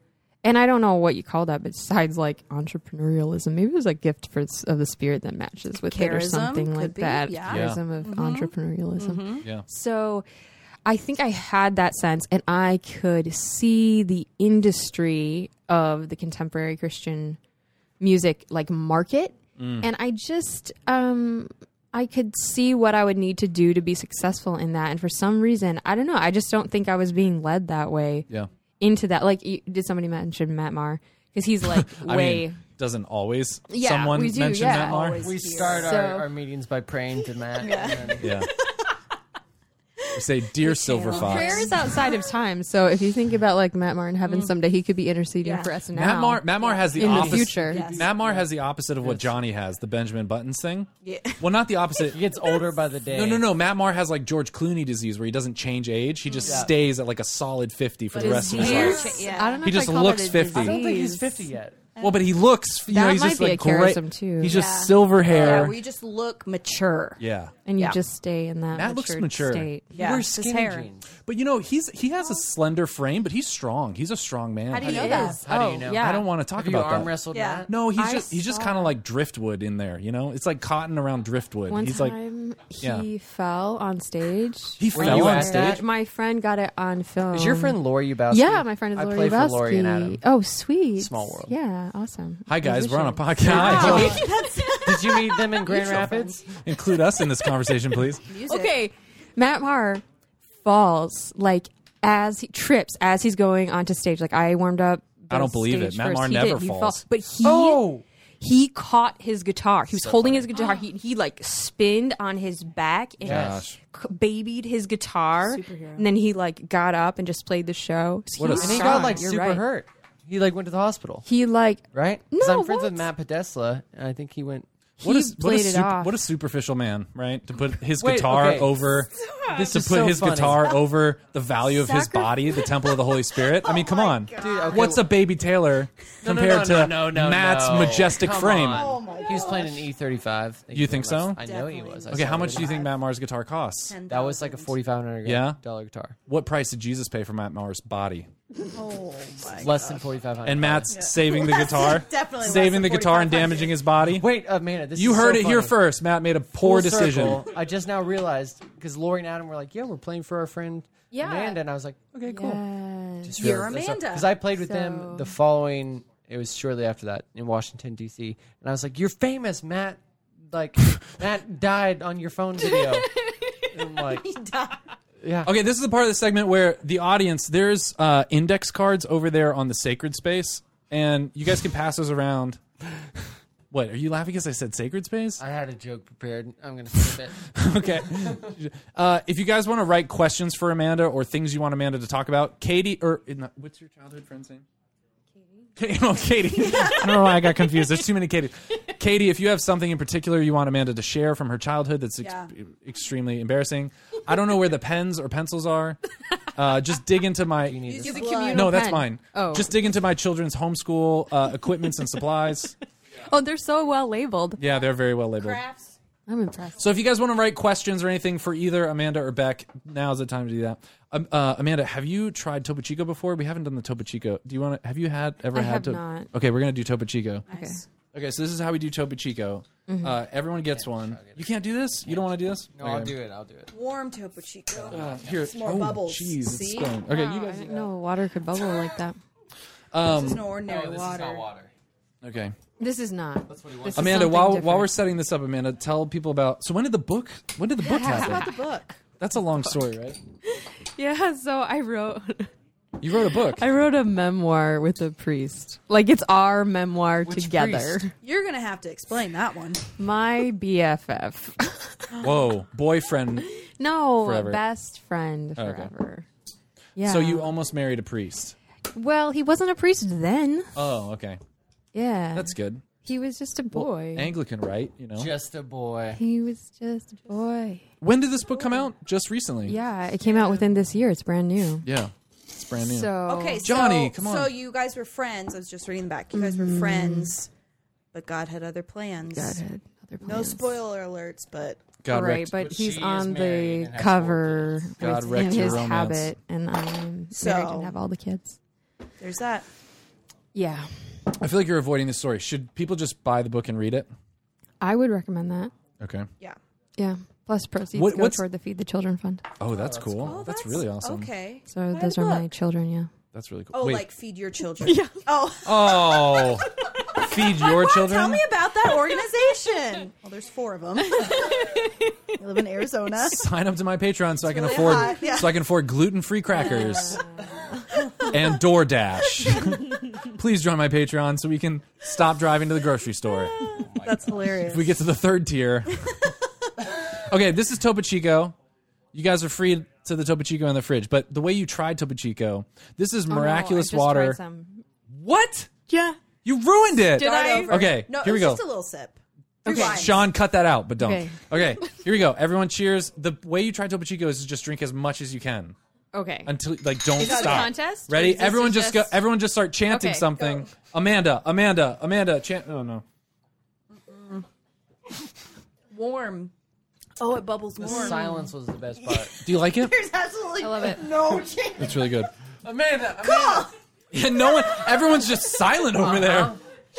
and I don't know what you call that besides like entrepreneurialism. Maybe it was a gift for of the spirit that matches with it or
Charism
something
could
like
be,
that.
yeah. Mm-hmm.
Yeah.
Charism of entrepreneurialism.
yeah.
So I think I had that sense and I could see the industry of the contemporary Christian music like market
Mm.
and I just um I could see what I would need to do to be successful in that and for some reason I don't know I just don't think I was being led that way
Yeah.
into that like you- did somebody mention Matt Maher cuz he's like
I
way
mean, doesn't always
Yeah,
someone
we do,
mention
yeah.
that Mar?
Always.
we start
So-
our, our meetings by praying to Matt. and then-
Yeah. We say, dear Silver Fox.
prayer is outside of time so if you think about like Matt Maher in
Mm.
heaven someday he could be interceding for us now
Matt Mar, Matt Mar has the
in the
opposite.
future
Matt Mar has the opposite of what Johnny has, the Benjamin Buttons thing. Yeah. Well, not the opposite.
He gets older by the day.
No, no, no. Matt Mar has like George Clooney disease, where he doesn't change age. He just stays at like a solid fifty for the rest of his life.
Years?
Yeah.
I don't know
He
if
just
I call
looks
it a
50.
I don't think he's
disease.
50 yet.
Well, but he looks. You
That
know, he's
might
just
be
like
a charism,
great-
too.
He's just
Yeah.
silver hair.
Yeah, we just look mature.
yeah.
and you
Yeah.
just stay in that
That looks
matured
mature.
state.
Yeah.
We're
His
skinny
hair.
jeans.
But you know, he's he has a slender frame, but he's strong. He's a strong man.
How do you
I-
know that?
How do you
Oh,
know?
yeah.
I don't want to talk
Have you
about
arm
that.
wrestled?
Yeah.
Matt?
No, he's
I
just he's just
saw-
kind of like driftwood in there. You know, it's like cotton around driftwood.
One
he's like
time, he fell on stage.
He
Were
fell
you
on
at
stage?
that? My friend got it on film.
Is your friend Lori Yabowski?
Mm. Yeah, my friend is
I
Lori
play
Yabowski.
for Lori and Adam.
Oh, sweet.
Small world.
Yeah, awesome.
Hi guys, we're on a
Musician.
podcast.
Did you meet them in Grand Rapids?
Include us in this conversation, please.
Okay, Matt Maher falls like as he trips as he's going onto stage. Like I warmed up.
I don't believe it.
stage
Matt
first.
Maher
He
never
did. He
falls.
fall, but he
Oh!
he caught his guitar. He was holding his guitar. He he like spinned on his back and
Gosh.
c- babied his guitar. And then he like got up and just played the show. So
What a
he's
And he
strong.
got like
You're
super
right.
hurt. He like went to the hospital,
He like
right? 'Cause
No,
I'm friends with
what?
Matt Podesla, and I think he went.
What
he
is- what a
played it
sup-
off.
What a superficial man, right? To put his
Wait,
guitar
okay.
over,
This
to
is
put
so
his
funny.
guitar over the value of his body, the temple of the Holy Spirit.
Oh
I mean, come on.
Dude, okay,
What's a baby Taylor
no, no,
compared
no,
to
no, no,
Matt's
no.
majestic
Come
frame?
on.
Oh
He was playing an E35.
You think so?
I know he was. I
Okay,
saw
how
it.
much do you think Matt Maher's guitar costs?
That was like a forty-five hundred
Yeah?
dollar guitar,
What price did Jesus pay for Matt Maher's body?
less than forty-five hundred.
And Matt's saving the guitar,
Definitely less
saving
than
the guitar and
4500.
damaging his body.
wait, Amanda, this
you
is
heard
so
it here
funny.
first. Matt made a poor
Full
decision.
circle, I just now realized because Lori and Adam were like, "Yeah, we're playing for our friend
Yeah.
Amanda," and I was like, "Okay, cool."
Yes.
You're Amanda.
Because I played with them
So-
the following. It was shortly after that in Washington D.C. And I was like, "You're famous, Matt. Like Matt died on your phone video." And I'm like,
Okay, this is the part of the segment where the audience there's uh, index cards over there on the sacred space, and you guys can pass those around. What are you laughing? Because I said sacred space.
I had a joke prepared. I'm gonna skip it.
Okay. uh, if you guys want to write questions for Amanda or things you want Amanda to talk about, Katie or in the, what's your childhood friend's name? Katie. No, Katie. I don't know why I got confused. There's too many Katie. Katie, if you have something in particular you want Amanda to share from her childhood that's ex-
Yeah.
extremely embarrassing, I don't know where the pens or pencils are. Uh, just dig into my.
Use a
No,
communal.
that's
pen.
mine.
Oh.
Just dig into my children's homeschool uh, equipments and supplies.
Oh, they're so well labeled.
Yeah, they're very well labeled.
Crafts.
I'm impressed.
So if you guys want to write questions or anything for either Amanda or Beck, now's the time to do that. Um, uh, Amanda, have you tried Topo Chico before? We haven't done the Topo Chico. Do you want to? Have you had ever
I
had?
have
to-
not.
Okay, we're gonna do Topo Chico.
Okay.
Okay, so this is how we do Topo Chico. Uh, everyone gets one. You can't do this. You don't want to do this.
No, I'll do it. I'll do it.
Warm Topo Chico.
Here,
more
oh,
bubbles.
Jeez, it's
See?
going. Okay, you
I
guys.
didn't know water could bubble like that.
this is no ordinary water.
Okay.
This is not. That's what he wants.
Amanda, while while we're setting this up, Amanda, tell people about. So when did the book? When did the book happen?
The book.
That's a long story, right?
yeah, so I wrote
You wrote a book.
I wrote a memoir with a priest. Like it's our memoir
Which
together.
priest?
You're gonna have to explain that one.
My BFF.
Whoa, boyfriend.
no,
Forever. Oh,
best friend
okay.
forever. Yeah.
So you almost married a priest.
well, he wasn't a priest then.
Oh, okay,
Yeah,
that's good.
he was just a
Well,
boy.
Anglican, right? You know.
Just a boy.
he was just a boy.
When did this book come out? Just recently.
Yeah, it came out within this year. It's brand new.
Yeah. It's brand new.
So
Okay,
Johnny,
so,
come on.
So you guys were friends. I was just reading the back. You guys were friends, but God Mm-hmm. had other plans.
God had other plans.
No spoiler alerts, but
God
right,
wrecked.
but
But
he's
she is
on
married
the
and has
cover
God
with
wrecked
in
your
his
romance.
habit, and I'm married
So-
and have all the kids.
there's that.
Yeah,
I feel like you're avoiding this story. Should people just buy the book and read it?
I would recommend that.
Okay.
Yeah.
Yeah, plus proceeds
What-
go
what's-
toward the Feed the Children Fund.
Oh, that's cool.
Oh,
that's, really awesome.
Okay.
So
Buy
those
the
are my
book.
children. Yeah.
That's really cool.
Oh,
Wait.
like feed your children. yeah. Oh,
oh. Feed your children.
tell me about that organization. well, there's four of them. I live in Arizona.
Sign up to my Patreon so I can
really
afford
hot, yeah.
so I can afford gluten-free crackers and DoorDash. Please join my Patreon so we can stop driving to the grocery store.
That's hilarious.
If we get to the third tier. okay, this is Topo Chico. You guys are free to the Topo Chico in the fridge, but the way you tried Topo Chico, this
Oh,
is miraculous water. What?
Yeah.
You ruined it.
Did
Start
I-
over.
Okay,
No,
here we
it
go.
was Just a little sip.
Okay.
Rewind.
Sean, cut that out, but don't. Okay.
Okay.
here we go. Everyone, cheers. The way you try Topo Chico is to just drink as much as you can
Okay.
until, like, don't
this a
stop.
contest? Or
Ready?
is this
Everyone
to
just,
just-
go. Everyone just start chanting
Okay,
something. Amanda, Amanda, Amanda. Chant. Oh no.
Warm. Oh, it bubbles
The
more.
silence was the best part.
Do you like it?
There's absolutely
I love it.
no chance.
It's really good.
Amanda, Amanda.
Yeah, no one. Everyone's just silent over there.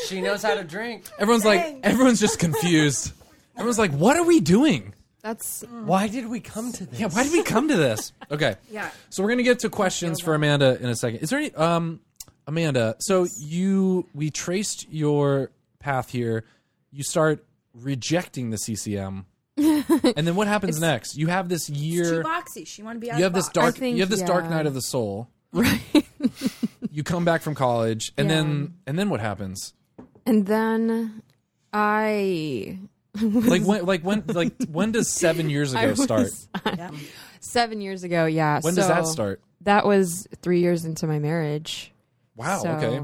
she knows how to drink.
Everyone's like, everyone's just confused. Everyone's like, what are we doing?
That's
Why did we come to this?
Yeah, why did we come to this? Okay.
Yeah.
So we're gonna get to questions for Amanda in a second. Is there any um Amanda, so you we traced your path here. You start rejecting the CCM. and then what happens next? You have this
Too
year
boxy. She wanted to be out
you
of
have this
box.
dark
I think,
you have this dark
yeah.
night of the soul.
right.
You come back from college and
Yeah.
then and then what happens?
and then I
Like when like when like when does 7 years ago
I was-
start?
seven years ago. Yeah.
When does that
so
start?
That was three years into my marriage.
Wow,
so-
okay.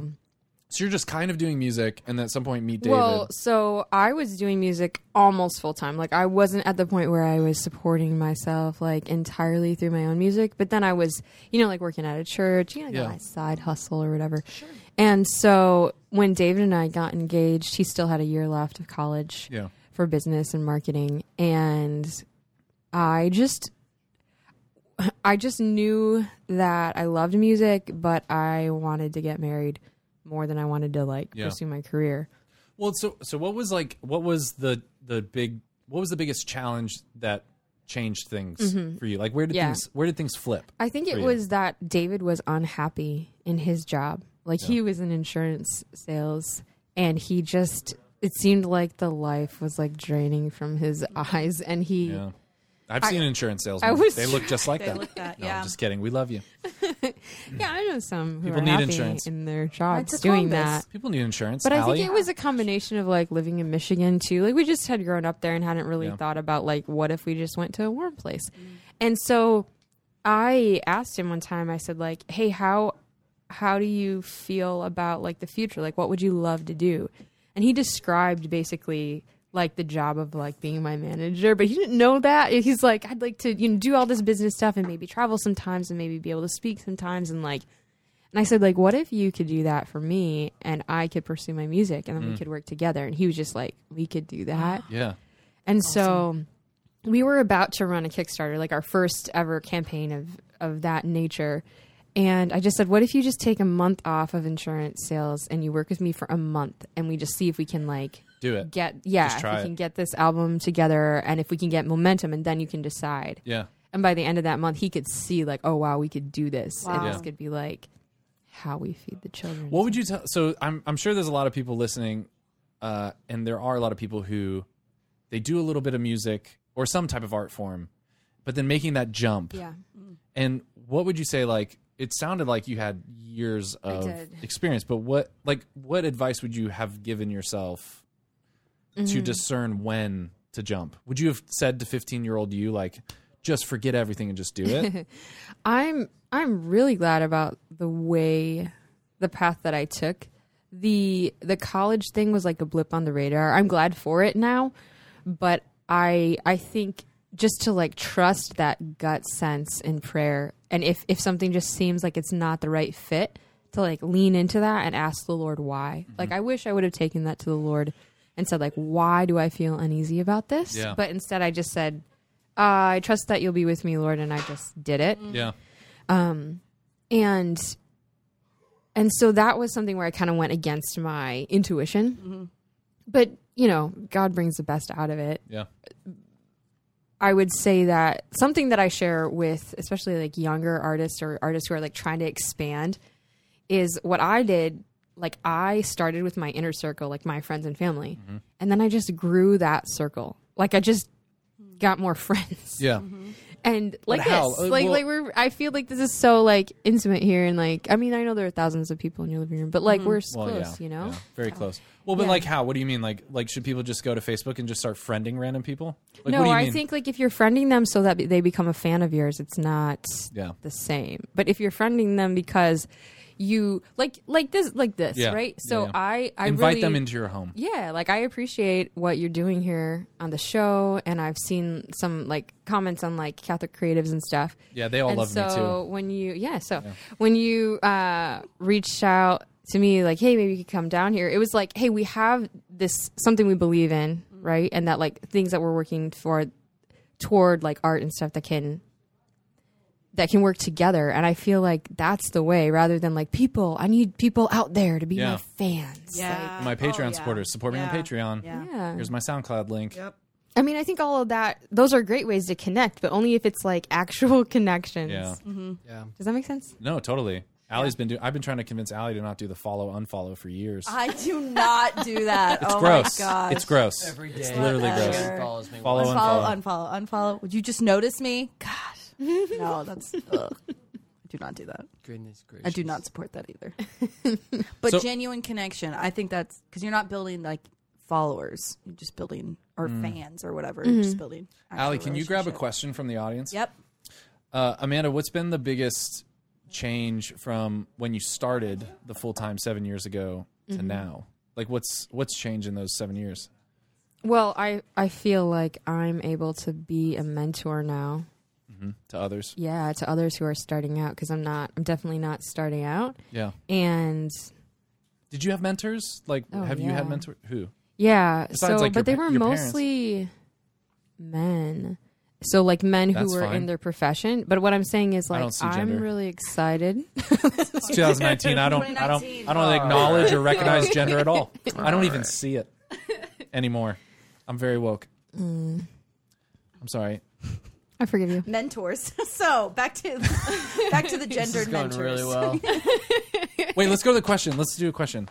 So you're just kind of doing music and at some point meet David.
Well, so I was doing music almost full time. Like I wasn't at the point where I was supporting myself like entirely through my own music, but then I was, you know, like working at a church, you know,
Yeah.
yeah. my side hustle or whatever. Sure. And so when David and I got engaged, he still had a year left of college
Yeah.
for business and marketing and I just I just knew that I loved music, but I wanted to get married more than I wanted to like
Yeah.
pursue my career.
Well, so so what was like? What was the the big? What was the biggest challenge that changed things for you? Like where did
Mm-hmm. Yeah.
things where did things flip?
I think
for
it
you?
was that David was unhappy in his job. Like he was in insurance sales and he just it seemed like the life was like draining from his eyes and he
Yeah. I've seen insurance salesmen.
I was-
they look just like that.
look that,
no,
yeah.
I'm just kidding. We love you.
Yeah, I know some who
People
are
need
happy
insurance.
in their
to
jobs doing
Columbus.
that.
People need insurance.
But I
Allie?
think it was a combination of like living in Michigan too. Like we just had grown up there and hadn't really
Yeah.
thought about like what if we just went to a warm place. And so I asked him one time I said like, "Hey, how how do you feel about like the future? Like what would you love to do?" And he described basically like the job of like being my manager, but he didn't know that. He's like, "I'd like to, you know, do all this business stuff and maybe travel sometimes and maybe be able to speak sometimes and like and I said, like, what if you could do that for me and I could pursue my music and then we could work together? And he was just like, we could do that.
yeah.
And so we were about to run a Kickstarter, like our first ever campaign of, of that nature. And I just said, what if you just take a month off of insurance sales and you work with me for a month and we just see if we can like
Do it.
get, yeah,
Just
if
try
we
it.
can get this album together and if we can get momentum and then you can decide.
yeah.
And by the end of that month, he could see like, oh wow, we could do this.
Wow.
And
Yeah.
this could be like how we feed the children.
What would you tell? So I'm I'm sure there's a lot of people listening, uh, and there are a lot of people who they do a little bit of music or some type of art form, but then making that jump.
Yeah.
And what would you say? Like, it sounded like you had years of
did.
experience, but what, like, what advice would you have given yourself
Mm-hmm.
to discern when to jump? Would you have said to fifteen-year-old you, like, just forget everything and just do it?
I'm I'm really glad about the way the path that I took. The the college thing was like a blip on the radar. I'm glad for it now, but I I think just to like trust that gut sense in prayer and if if something just seems like it's not the right fit to like lean into that and ask the Lord why. Like I wish I would have taken that to the Lord and said like why do I feel uneasy about this?
Yeah.
But instead I just said uh, I trust that you'll be with me, Lord, and I just did it
yeah,
and and so that was something where I kind of went against my intuition. But you know, God brings the best out of it.
yeah,
I would say that something that I share with especially like younger artists or artists who are like trying to expand is what I did. Like I started with my inner circle, like my friends and family, and then I just grew that circle. Like I just got more friends
yeah.
and like
how?
this,
Uh,
like
well-
like we're. I feel like this is so like intimate here, and like I mean, I know there are thousands of people in your living room, but like we're s-
Well, yeah,
close, you know. Oh.
yeah. very close. Well, but like, how? What do you mean? Like, like, should people just go to Facebook and just start friending random people? Like, what
no,
do you
I
mean?
think like if you're friending them so that be- they become a fan of yours, it's not
Yeah.
the same. But if you're friending them because you like like this like this,
Yeah.
right?
Yeah,
So
yeah.
I I
invite
really,
them into your home.
Yeah, like I appreciate what you're doing here on the show, and I've seen some like comments on like Catholic creatives and stuff.
Yeah, they all
and
love me,
so
too.
When you yeah, so when you uh, reached out to me like, hey, maybe you could come down here. It was like, hey, Mm-hmm. we have this something we believe in, right, and that like things that we're working for toward like art and stuff that can that can work together and i feel like that's the way rather than like people i need people out there to be
Yeah.
my fans
Yeah.
my
Oh,
Patreon
yeah.
supporters, support me on
Yeah.
Patreon.
Yeah.
Like, yeah
Here's my SoundCloud link.
Yep.
i mean i think all of that those are great ways to connect but only if it's like actual connections
Yeah.
Yeah.
does that make sense
No, totally. Allie's been doing. I've been trying to convince Allie to not do the follow unfollow for years.
I do not do that.
it's
oh
gross.
my gosh.
It's gross.
Every day.
It's literally
Whatever.
gross.
Follows me.
Follow
Follow,
unfollow.
unfollow, unfollow. Would you just notice me? God. No, that's. ugh. I do not do that.
Goodness gracious.
I do not support that either. but
So-
genuine connection, I think that's because you're not building like followers. You're just building or fans or whatever. You're
Mm-hmm.
just building. actual
Mm. Allie, can you grab a
relationship.
question from the audience?
Yep.
Uh, Amanda, what's been the biggest change from when you started the full time seven years ago to now? Like, what's what's changed in those seven years?
well i i feel like i'm able to be a mentor now
to others.
yeah to others who are starting out because i'm not i'm definitely not starting out
Yeah.
and
Did you have mentors? Like,
Oh,
have you had
yeah.
mentor? Who?
Yeah.
Besides,
so,
like, your
but they
pa-
were
your parents.
mostly men. So, like men who
That's
were
fine.
in their profession. But what I'm saying is,
I
like,
don't see
I'm
gender.
really excited.
It's 2019. I don't. I don't. I don't acknowledge or recognize gender at all. I don't even see it anymore. I'm very woke. Mm. I'm sorry.
I forgive you.
Mentors. so back to back to the
This is
gendered
going
mentors.
really well.
Wait, let's go to the question. Let's do a question.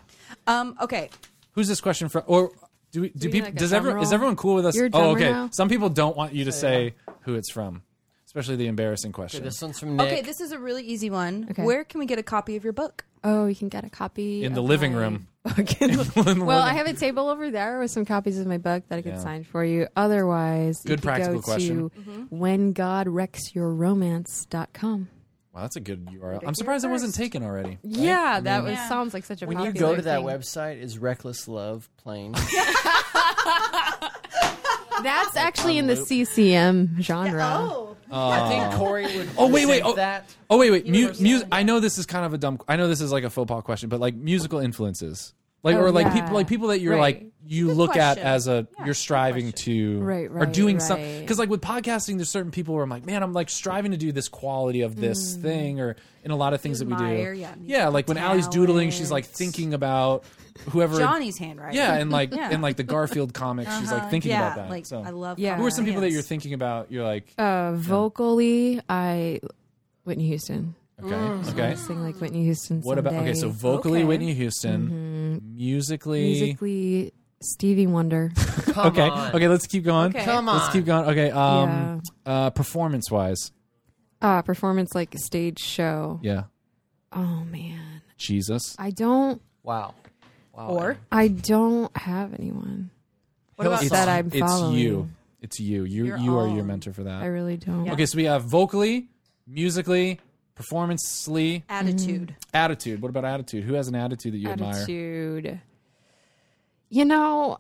Um. Okay.
Who's this question from? Or do we, do,
we need,
people?
like, a
does
drum
everyone is
roll?
everyone cool with us?
You're a
oh,
drummer
okay.
now?
Some people don't want you to say who it's from, especially the embarrassing question.
This one's from Nick.
Okay. This is a really easy one.
Okay.
Where can we get a copy of your book?
Oh, you can get a copy
in the
of
living
my-
room.
Well, I have a table over there with some copies of my book that I could
Yeah.
sign for you. Otherwise,
Good
you could
practical
go
question.
to whengodwrecksyourromance.com.
Wow, that's a good URL. I'm surprised it wasn't taken already.
Yeah, that was
Yeah.
sounds like such a
When you
popular
go to that
thing.
website, is reckless love playing?
That's actually in the CCM genre.
Oh. I think Corey would.
Oh, wait, wait,
resent
oh.
That
Oh wait, wait. Mu- mu- I know this is kind of a dumb. I know this is like a faux pas question, but like musical influences, like
Oh,
or like
yeah.
people, like people that you're
Right.
like you look at
question.
as a you're striving to
Right,
or
right,
doing something.
right.
Because like with podcasting, there's certain people where I'm like, man, I'm like striving to do this quality of this
Mm.
thing, or in a lot of things that we
admire,
do.
yeah,
like when Allie's doodling, she's like thinking about whoever.
Johnny's handwriting.
Yeah, and like
Yeah. Uh-huh.
and like the Garfield comics, she's like thinking
yeah.
about that.
Like
so.
I love.
Yeah.
who are some people that
fans.
you're thinking about? You're like
Uh, vocally, I Whitney Houston.
okay, okay.
I sing like Whitney Houston.
What about okay?
someday.
So vocally,
Okay.
Whitney Houston, musically,
musically Stevie Wonder?
come
okay,
on.
okay. Let's keep going.
Okay.
Come on.
Let's keep going. Okay, um, uh, performance wise,
uh, performance like stage show.
yeah,
Oh man,
Jesus.
I don't.
Wow. Wow.
Or
I don't have anyone.
what about
Hillsong.
that I'm
it's
following.
you. It's you. You
You're
you are your
on.
mentor for that.
I really don't.
Okay, so we have vocally, musically, performancely,
attitude?
attitude. What about attitude? Who has an attitude that you admire?
Attitude. You know,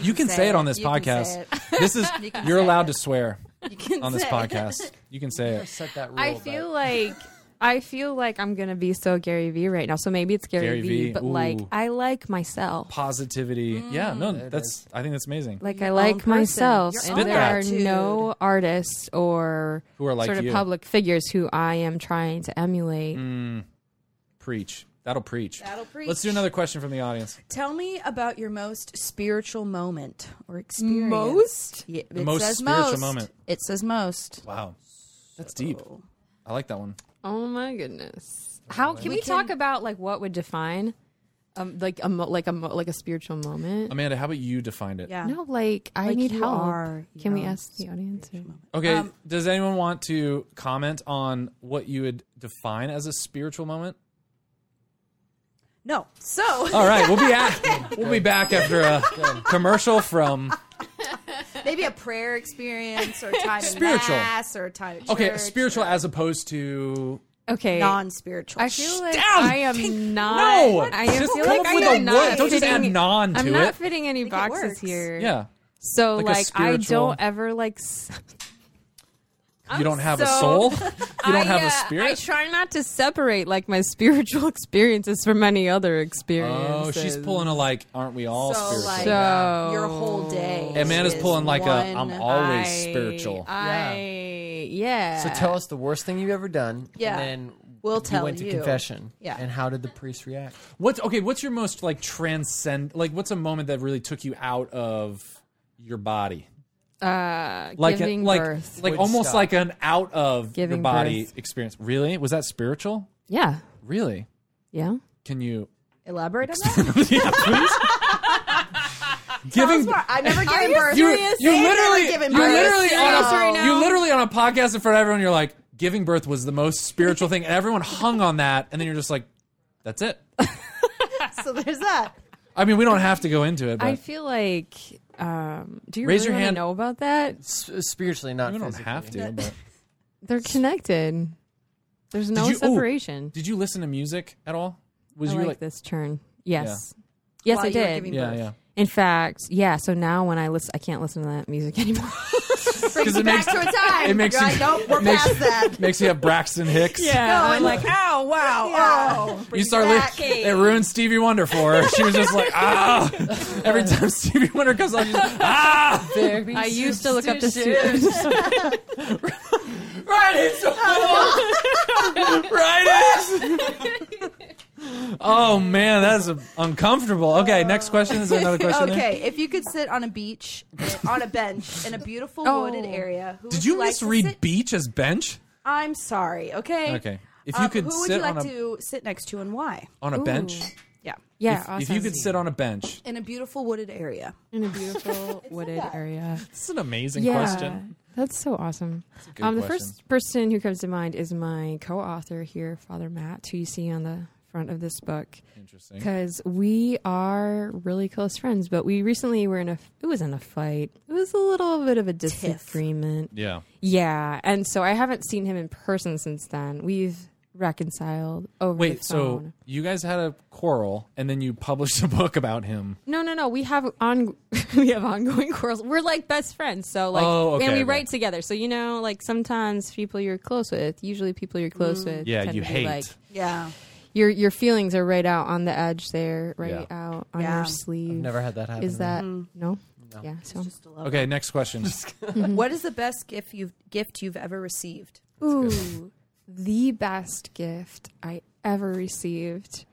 You can
say
say it
it.
on this
You can say
podcast. This is
You can
you're
say
allowed to swear
You can
on this
say.
podcast. You can say it.
Set that rule.
I feel like I feel like I'm gonna be so Gary Vee right now. So maybe it's Gary,
Gary
Vee,
Vee,
but like
ooh.
I like myself.
Positivity.
Mm.
yeah, no, that's I think that's amazing.
Like
Your
I
own
like
person.
myself.
Your
And
own
there are
attitude.
no artists or
Who are like
sort of
you. Mm.
public figures who I am trying to emulate.
Preach. That'll preach.
That'll preach.
Let's do another question from the audience.
Tell me about your most spiritual moment or experience.
Most?
Yeah,
The
it
most
says
spiritual
most.
moment.
It says most.
Wow. That's deep. I like that one.
Oh my goodness! How can we, talk about like what would define, um, like a mo- like a mo- like a spiritual moment?
Amanda, how about you defined it?
Yeah.
No, like I
Like
need
you
help.
are
can we
your own
ask the audience? or-
Okay.
Um,
Does anyone want to comment on what you would define as a spiritual moment?
No. So
All right, we'll be at, we'll be back after a commercial from
maybe a prayer experience or a time
Spiritual.
in mass or a time at
okay
church.
spiritual as opposed to
Okay,
non-spiritual.
I feel like
Down!
I am not.
no.
I am
Just
feel
come
like
up
I
with
am
a
not
word. Don't just add
fitting-
non
I'm
to
not
it.
fitting any
it
boxes
works.
here.
yeah.
So
Like a
like I
spiritual-
don't ever like. s-
you don't have a
so-
soul. You don't
I,
have
uh,
a spirit.
I try not to separate like my spiritual experiences from any other experiences.
oh, she's pulling a like. Aren't we all
so
spiritual?
like
So-
your whole day.
Amanda's
is
pulling like a.
one-
I'm always
I-
spiritual.
I yeah.
So tell us the worst thing you've ever done.
Yeah.
And then
We'll
you
tell
went to
you.
confession.
Yeah.
And how did the priest react?
What's okay? What's your most like transcend? Like, what's a moment that really took you out of your body?
uh,
Like, a-
giving
like,
birth.
like
Would
almost
stop.
like an out of your
Giving
body
birth.
experience. Really? Was that spiritual?
yeah,
Really?
yeah.
Can you?
elaborate on that.
yeah, please. Giving.
I've never given birth.
You're, you're
I've never
literally, you're
given birth.
literally on a,
So-
you literally on a podcast in front of everyone. You're like, giving birth was the most spiritual thing, and everyone hung on that. And then you're just like, that's it.
So there's that.
I mean, we don't have to go into it, but
I feel like. Um, do you
Raise
really
your
wanna
hand.
know about that?
S- spiritually, not
we don't
physically.
have to. But.
They're connected. There's no
you- ooh,
separation.
Did you listen to music at all? Was
I
you
like,
like,
this turn. Yes. Yes,
While
I
you were
did.
giving
yeah,
birth.
yeah?
In fact, yeah. So now when I listen, I can't listen to that music anymore.
Because it makes
Back to a time.
it makes
You're
you-
like, nope, we're
makes-
past that.
makes you have Braxton Hicks.
yeah,
I'm
like, ow, wow,
Oh,
You start li- it ruined Stevie Wonder for her. She was just like, ah. Every time Stevie Wonder comes on, she's like, ah.
Very
I used to look up to
superstitious.
Right is right is. Oh man, that's a- uncomfortable. Okay, next question. Is there another question? there?
okay, if you could sit on a beach, uh, on a bench, in a beautiful
Oh.
wooded area, who
Did
would
you
like to
misread
sit-
beach as bench
I'm sorry. Okay. Um,
Okay. If you could
who
sit
would you
on
like
a-
to sit next to and why?
on a bench?
Yeah,
Yeah,
If- if you could sit on a bench,
in a beautiful wooded area.
in a beautiful wooded area.
It's an amazing
yeah,
question.
that's so awesome.
good
um, the
question.
first person who comes to mind is my co-author here, Father Matt, who you see on the front of this book.
Interesting.
because we are really close friends. But we recently were in a it wasn't a fight. It was a little bit of a disagreement.
Yeah.
Yeah, and so I haven't seen him in person since then. We've reconciled over the
Wait, so
phone.
you guys had a quarrel and then you published a book about him.
no, no, no. We have on we have ongoing quarrels. We're like best friends. So like,
Oh, okay,
and we
okay.
write together. So you know, like sometimes people you're close with, usually people you're close with,
Yeah,
tend
you
to be
hate.
Like,
Yeah.
your your feelings are right out on the edge there, right
Yeah.
out on
Yeah.
your sleeve.
Never had that happen.
Is that no? Yeah. So
Okay, next question.
What is the best gift you've gift you've ever received?
ooh, the best gift I ever received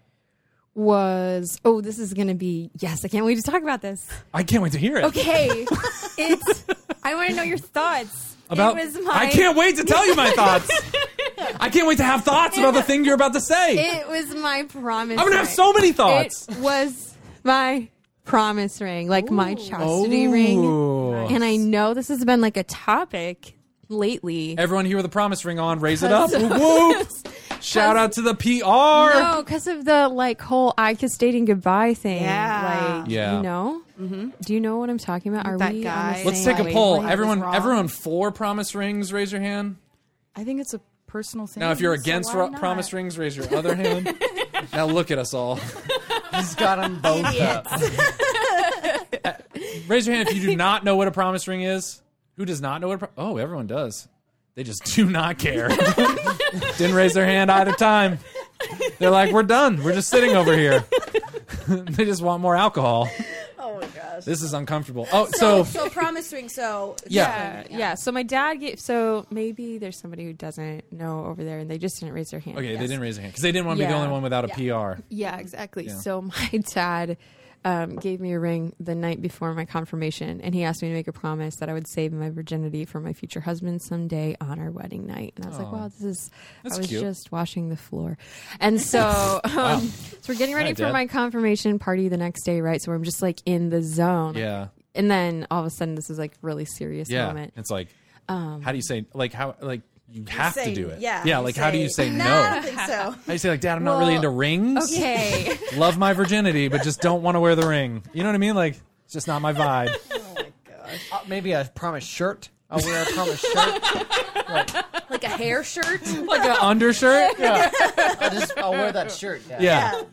was oh, this is gonna be yes. I can't wait to talk about this.
I can't wait to hear it.
Okay, it's I want to know your thoughts.
About
it was my
I can't wait to tell you my thoughts. I can't wait to have thoughts about the thing you're about to say.
It was my promise.
I'm going to have
ring.
so many thoughts.
It was my promise ring, like my chastity ring.
Ooh.
And I know this has been like a topic lately.
Everyone here with a promise ring on, raise it up. Whoop, whoop. Shout out to the PR.
No, because of the like whole I kiss dating goodbye thing.
Yeah. Mm-hmm.
Like,
Yeah.
you know? Do you know what I'm talking about? Are
That
we?
guy.
On the
Let's
same
take a
wavelength?
poll.
was
Everyone
wrong.
everyone for promise rings, raise your hand.
I think it's a personal thing.
Now, if you're against ro- promise rings, raise your other hand. now look at us all.
He's got them both up.
Raise your hand if you do not know what a promise ring is. Who does not know what a pro- Oh, everyone does. They just do not care. Didn't raise their hand either time. They're like, we're done. We're just sitting over here. they just want more alcohol.
oh my gosh.
This is uncomfortable. Oh, so,
So, so promise ring. So
Yeah, yeah. So my dad gave. So maybe there's somebody who doesn't know over there, and they just didn't raise their hand.
okay,
Yes.
they didn't raise their hand because they didn't want to be the
Yeah.
only one without a PR.
Yeah, exactly. So my dad um, gave me a ring the night before my confirmation, and he asked me to make a promise that I would save my virginity for my future husband someday on our wedding night. And I was like, "Wow, this is."
That's
I was
cute.
just washing the floor, and so um, so we're getting ready
Hi,
for
Dad.
my confirmation party the next day, right? So I'm just like in the zone.
Yeah.
And then all of a sudden, this is like really serious
Yeah.
moment.
It's like, how do you say, like, how, like, you have to
say-
do it.
yeah,
Yeah.
you
Like, how do you say no?
I don't think so.
How do you say, like, Dad, I'm not really
Well,
into rings?
Okay.
love my virginity, but just don't want to wear the ring. You know what I mean? Like, it's just not my vibe.
Uh, maybe a promise shirt. I'll wear a promise shirt.
Like a hair shirt.
Like an undershirt? Yeah.
I'll, just, I'll wear that shirt. Yeah.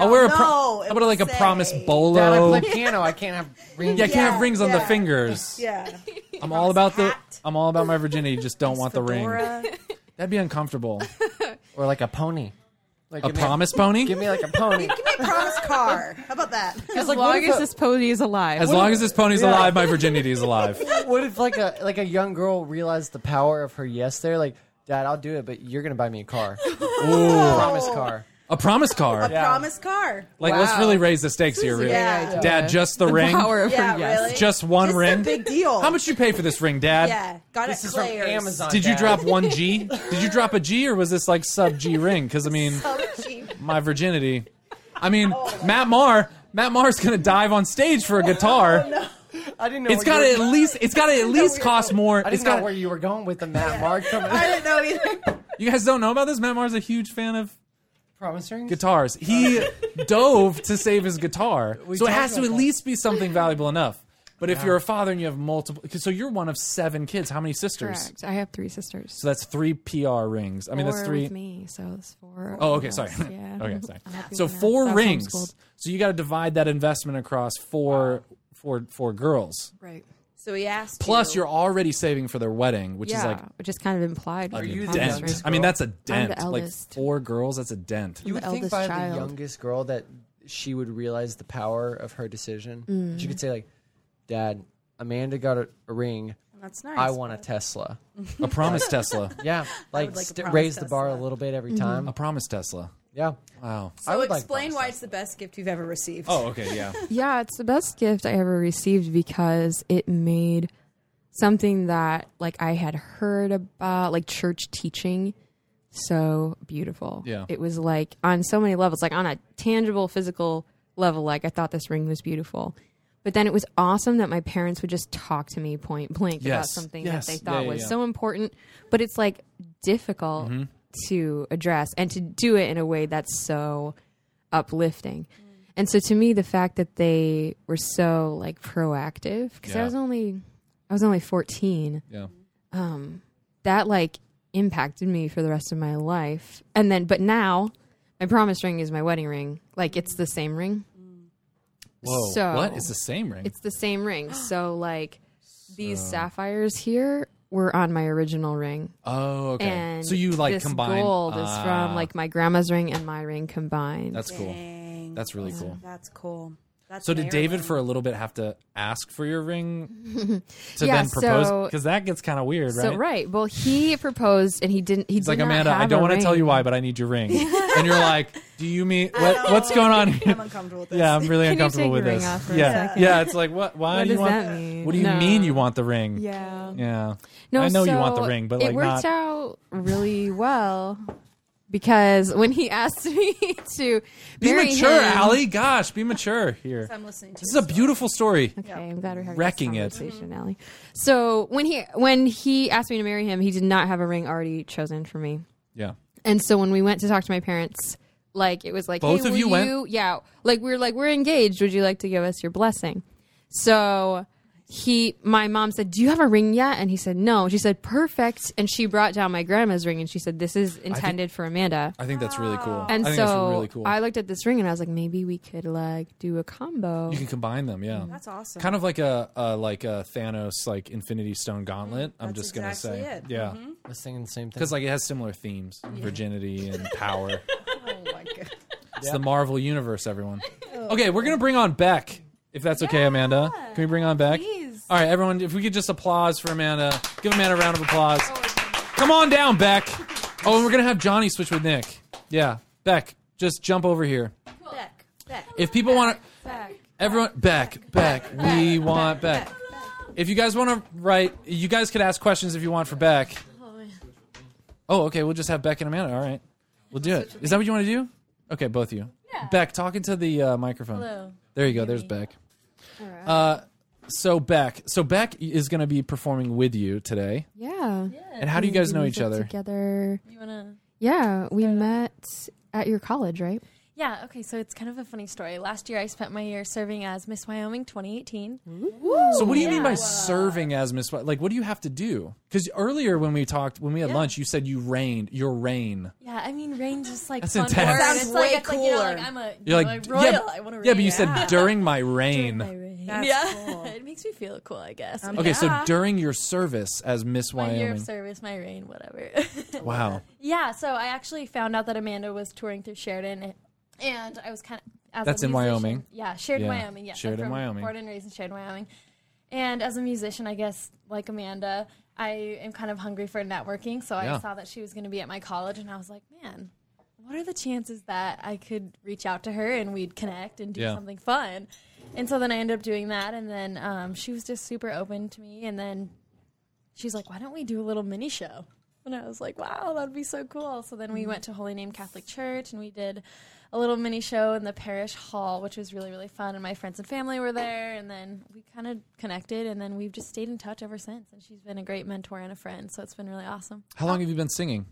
I'll wear a pro-
know,
how
it
about like a
will
promise
say.
Dad, I
bolo?
play piano. I can't have rings.
Yeah, I can't
Yeah,
have rings on the
yeah.
fingers.
Yeah. feet.
I'm
from
all
his
about the.
hat,
I'm all about my virginity. Just don't want the ring.
fedora.
That'd be uncomfortable.
or like a pony. Like
A
give me
promise pony.
Give me like a pony.
Give me a promise car. How about that?
As
like, what
long
if
as
a-
this pony is alive.
As long as this pony's alive, my virginity is alive.
what if like a like a young girl realized the power of her yes there? Like, Dad, I'll do it, but you're gonna buy me a car. Promise car.
A promise card.
Promise car.
Like, let's really raise the stakes here, really.
yeah, idea.
Dad, just the, ring.
Power of her
Yeah,
yes.
really.
Just one
Just a
ring.
big deal.
How much you pay for this ring, Dad?
Yeah, got
This
it.
is from
Claire's.
Amazon.
Did you
Dad.
drop one G? Did you drop a G or was this like sub G ring? Because I mean,
Oh, gee.
my virginity. I mean, Matt Marr. Matt Marr's gonna dive on stage for a guitar.
I didn't know.
It's
where
gotta
you
at
were-
least. It's gotta at least cost more.
I
It's
didn't know
got.
where you were going with the Matt Mark coming.
I didn't know either.
You guys don't know about this. Matt Marr's a huge fan of
Promise rings.
guitars. He dove to save his guitar. so it
talked
has to
about
at
that.
least be something valuable enough. But if you're a father and you have multiple, 'cause- so you're one of seven kids. How many sisters?
Correct. I have three sisters.
So that's three PR rings. I mean, that's
Four
three.
with me, so it's four.
Oh, okay,
of
sorry.
us, Yeah.
okay, sorry.
I'm happy
So
with that.
four
That's
rings.
homeschooled.
So you got to divide that investment across four, four, four girls.
Right.
So he asked.
Plus,
you,
you're already saving for their wedding, which
yeah,
is like
which is kind of implied.
a
with
you
the promise
the
dent.
youngest
ring.
girl?
I mean, that's a dent. like
eldest.
four girls, that's a dent.
You would
the
think
eldest
by
child.
the youngest girl that she would realize the power of her decision.
Mm.
She could say like, "Dad, Amanda got a, a ring.
that's nice.
I want a Tesla."
A promise Tesla.
Yeah, like,
like a
st-
promise
raise the bar a
Tesla.
little bit every
A
time.
promise Tesla.
Yeah,
Oh. Wow.
So
I would like
explain
promise
why it's the best gift you've ever received.
Oh, okay, yeah.
Yeah, it's the best gift I ever received because it made something that like I had heard about, like church teaching, so beautiful.
Yeah.
It was like on so many levels, like on a tangible physical level, like I thought this ring was beautiful. But then it was awesome that my parents would just talk to me point blank about
Yes.
something
Yes.
that they
Yeah,
thought
yeah,
was
yeah.
so important, but it's like difficult
Mm-hmm.
to address and to do it in a way that's so uplifting. And so to me, the fact that they were so like proactive, because
Yeah.
I was only, I was only 14,
Yeah.
that like impacted me for the rest of my life. And then, but now my promise ring is my wedding ring. Like it's the same ring.
Whoa.
So-
what? It's the same ring.
It's the same ring. So like these sapphires here were on my original ring.
oh, okay.
And
so you like
this
combine
gold is
Ah,
from like my grandma's ring and my ring combined.
That's cool.
Dang.
That's really cool.
That's cool. That's
So did David
Maryland.
for a little bit have to ask for your ring to
Yeah,
then propose?
so-
Because that gets kind of weird, right?
So right, well, he proposed and he didn't. He
It's
did
like
not
Amanda, I
have
don't
a
want to tell
ring.
you why, but I need your ring. and you're like, do you mean what?
don't
What's going on here?
I'm uncomfortable with this.
Yeah, I'm really
Can you
uncomfortable
take
with
your
this.
ring off for a
yeah,
second?
yeah. It's like what? Why
What
do you
does
want?
that mean?
What do you
No.
mean you want the ring?
Yeah.
Yeah. I know you want the ring, but like
it
not.
worked out really well because when he asked me to
be
marry
mature,
him,
Allie. Gosh, be mature here.
I'm listening to
This is a beautiful story.
Okay, I'm glad we're having
Wrecking it.
this conversation, Allie. So when he when he asked me to marry him, he did not have a ring already chosen for me.
Yeah.
And so when we went to talk to my parents, like it was like
Both
hey,
of
will
you went?
Yeah, like we were like we're engaged. Would you like to give us your blessing? So he, my mom said, "Do you have a ring yet?" And he said, "No." She said, "Perfect." And she brought down my grandma's ring and she said, "This is intended for Amanda."
I think that's really cool.
And
I think
so
that's really cool.
I looked at this ring and I was like, maybe we could like do a combo.
you can combine them. Yeah.
That's awesome.
Kind of like a, a like a Thanos like Infinity Stone Gauntlet. I'm
Mm-hmm. That's
just gonna
exactly
say,
it. Mm-hmm.
yeah,
I was singing the same thing.
because like it has similar themes, virginity and power.
Oh my Oh. god.
It's the Marvel universe, everyone. Okay, we're gonna bring on Beck, if that's okay, Amanda. Can we bring on Beck?
please.
All right, everyone, if we could just applause for Amanda. Give Amanda a round of applause.
Oh,
Come on down, Beck. Oh, and we're gonna have Johnny switch with Nick. Yeah, Beck, just jump over here.
Beck. Beck.
If people want to, everyone, Beck, Beck, we want Beck. If you guys want to write, you guys could ask questions if you want for Beck. Oh, okay, we'll just have Beck and Amanda. All right, we'll do it. Is that what you want to do? Okay, both of you. Beck, talking to the uh, microphone. Hello. There you go. There's Beck. Uh, so Beck, so Beck is going to be performing with you today.
yeah.
And how do you guys
We
know
did
each
music
other?
Together.
You wanna?
Yeah, we met at your college, right?
Yeah. Okay. So it's kind of a funny story. Last year, I spent my year serving as Miss Wyoming 2018.
Hmm? So what do you mean by serving as Miss? Wy- Like, what do you have to do? Because earlier when we talked, when we had lunch, you said you reigned. Your reign.
Yeah. I mean, rain just like
That's
fun
intense.
word.
Sounds
it's
way
like, it's like, you know,
cooler.
like, I'm a,
You're
you
like,
know, a royal.
yeah,
I want to
yeah, but you said during my reign.
my reign.
That's
yeah,
cool.
it makes me feel cool, I guess.
Um,
Okay, so
Yeah.
during your service as Miss
my year
Wyoming,
of service, my reign, whatever.
wow,
yeah, so I actually found out that Amanda was touring through Sheridan, and I was kind of as
That's
a
in
musician-
Wyoming.
Yeah, Sheridan,
Yeah,
Wyoming. Yes, I'm
Sheridan,
from
Wyoming.
Born and raised in Sheridan, Wyoming. And as a musician, I guess like Amanda, I am kind of hungry for networking. So
Yeah.
I saw that she was going to be at my college, and I was like, man, what are the chances that I could reach out to her and we'd connect and do
Yeah.
something fun? And so then I ended up doing that, and then um, she was just super open to me, and then she's like, "Why don't we do a little mini show?" And I was like, "Wow, that'd be so cool." So then we went to Holy Name Catholic Church and we did a little mini show in the parish hall, which was really really fun. And my friends and family were there, and then we kind of connected, and then we've just stayed in touch ever since. And she's been a great mentor and a friend, so it's been really awesome.
how long have you been singing?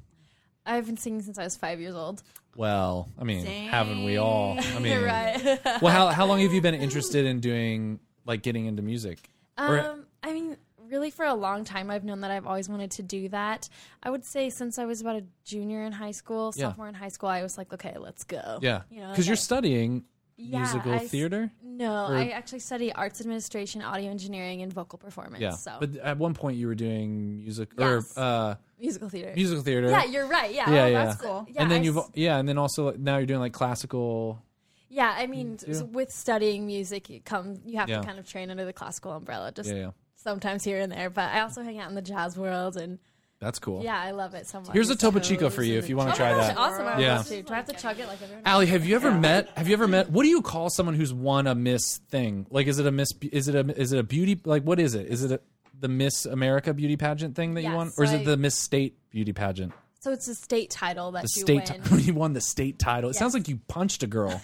I've been singing since I was five years old.
Well, I mean, haven't we all? I mean,
right.
well, how how long have you been interested in doing like getting into music? Or-
Um, I mean, really, for a long time, I've known that I've always wanted to do that. I would say since I was about a junior in high school,
Yeah.
sophomore in high school, I was like, okay, let's go.
yeah,
you know,
because you are
like,
studying
Yeah,
musical
I s-
theater.
No,
or-
I actually study arts administration, audio engineering, and vocal performance.
Yeah,
so
but at one point you were doing music
Yes.
or uh,
musical theater.
musical theater.
yeah, you're right. Yeah,
Yeah,
Oh,
yeah.
that's cool. Yeah,
and then
I
you've
s-
yeah, and then also like, now you're doing like classical.
yeah. I mean,
Yeah.
s- with studying music, it comes you have
Yeah.
to kind of train under the classical umbrella, just
Yeah, yeah,
sometimes here and there. But I also hang out in the jazz world, and
that's cool.
yeah, I love it so much.
Here's a Topo
So
Chico for you
this
if
is
you
a
want to
Topo
try
Oh my
that.
gosh, awesome. I would
Yeah.
love to. Do I have to chug it like everyone else?
Allie, have you ever met? Have you ever met? What do you call someone who's won a Miss thing? Like, is it a Miss? Is it a? Is it a beauty? Like, what is it? Is it a, the Miss America beauty pageant thing that you
Yes,
won, or is
I-
it the Miss State beauty pageant?
So it's a state title that
The
you
state.
win.
you won the state title. It sounds like you punched a girl.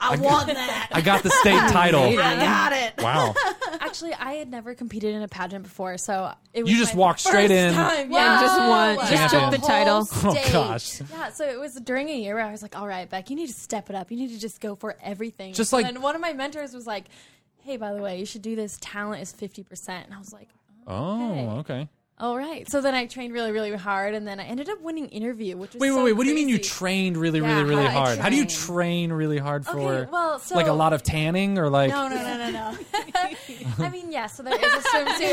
I want that.
I got the state title.
I got it.
Wow.
Actually, I had never competed in a pageant before, so it was
You just
my
walked straight
first
in.
Time.
Yeah,
Yeah,
just one, just
Champion.
took the title.
Oh, gosh.
Yeah, so it was during a year where I was like, "All right, Beck, you need to step it up. You need to just go for everything."
Just like-
and one of my mentors was like, "Hey, by the way, you should do this. Talent is fifty percent." And I was like,
Oh, okay.
"All right." So then I trained really, really hard, and then I ended up winning interview, which was
Wait,
so
wait, wait. What do you mean you
crazy.
trained really,
Yeah,
really, really
how I
hard? How do you
trained.
train really hard for
Okay, well, so
like a lot of tanning or like?
No, no, no, no, no. I mean, yeah. So there is a swimsuit.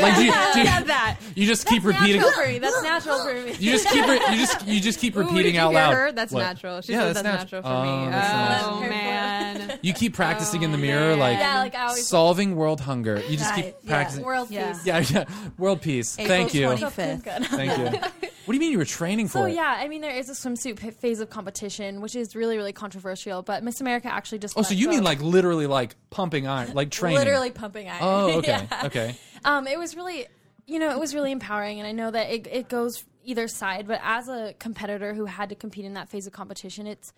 Like, do you, do you-
that.
you just keep
That's
repeating.
natural for me. That's natural for me.
You just keep re- you just you just keep
Ooh, did
repeating
you
out
hear
loud.
her? That's
What?
natural. She
Yeah,
said
that's
that's,
nat-
natural for me.
Oh, that's
Oh,
nice.
man.
You keep practicing in the
Oh,
mirror,
man.
like,
yeah, like I always
solving world hunger. You just keep practicing. Yeah,
world
Yeah.
peace.
yeah, world peace.
April
Thank you,
25th.
thank you. What do you mean you were training for
So
it?
yeah, I mean there is a swimsuit p- phase of competition, which is really really controversial. But Miss America actually just
Oh, so
let
you
go.
mean like literally like pumping iron, like training?
literally pumping iron?
Oh, okay,
Yeah.
okay.
Um, it was really, you know, it was really empowering, and I know that it it goes either side. But as a competitor who had to compete in that phase of competition, it's,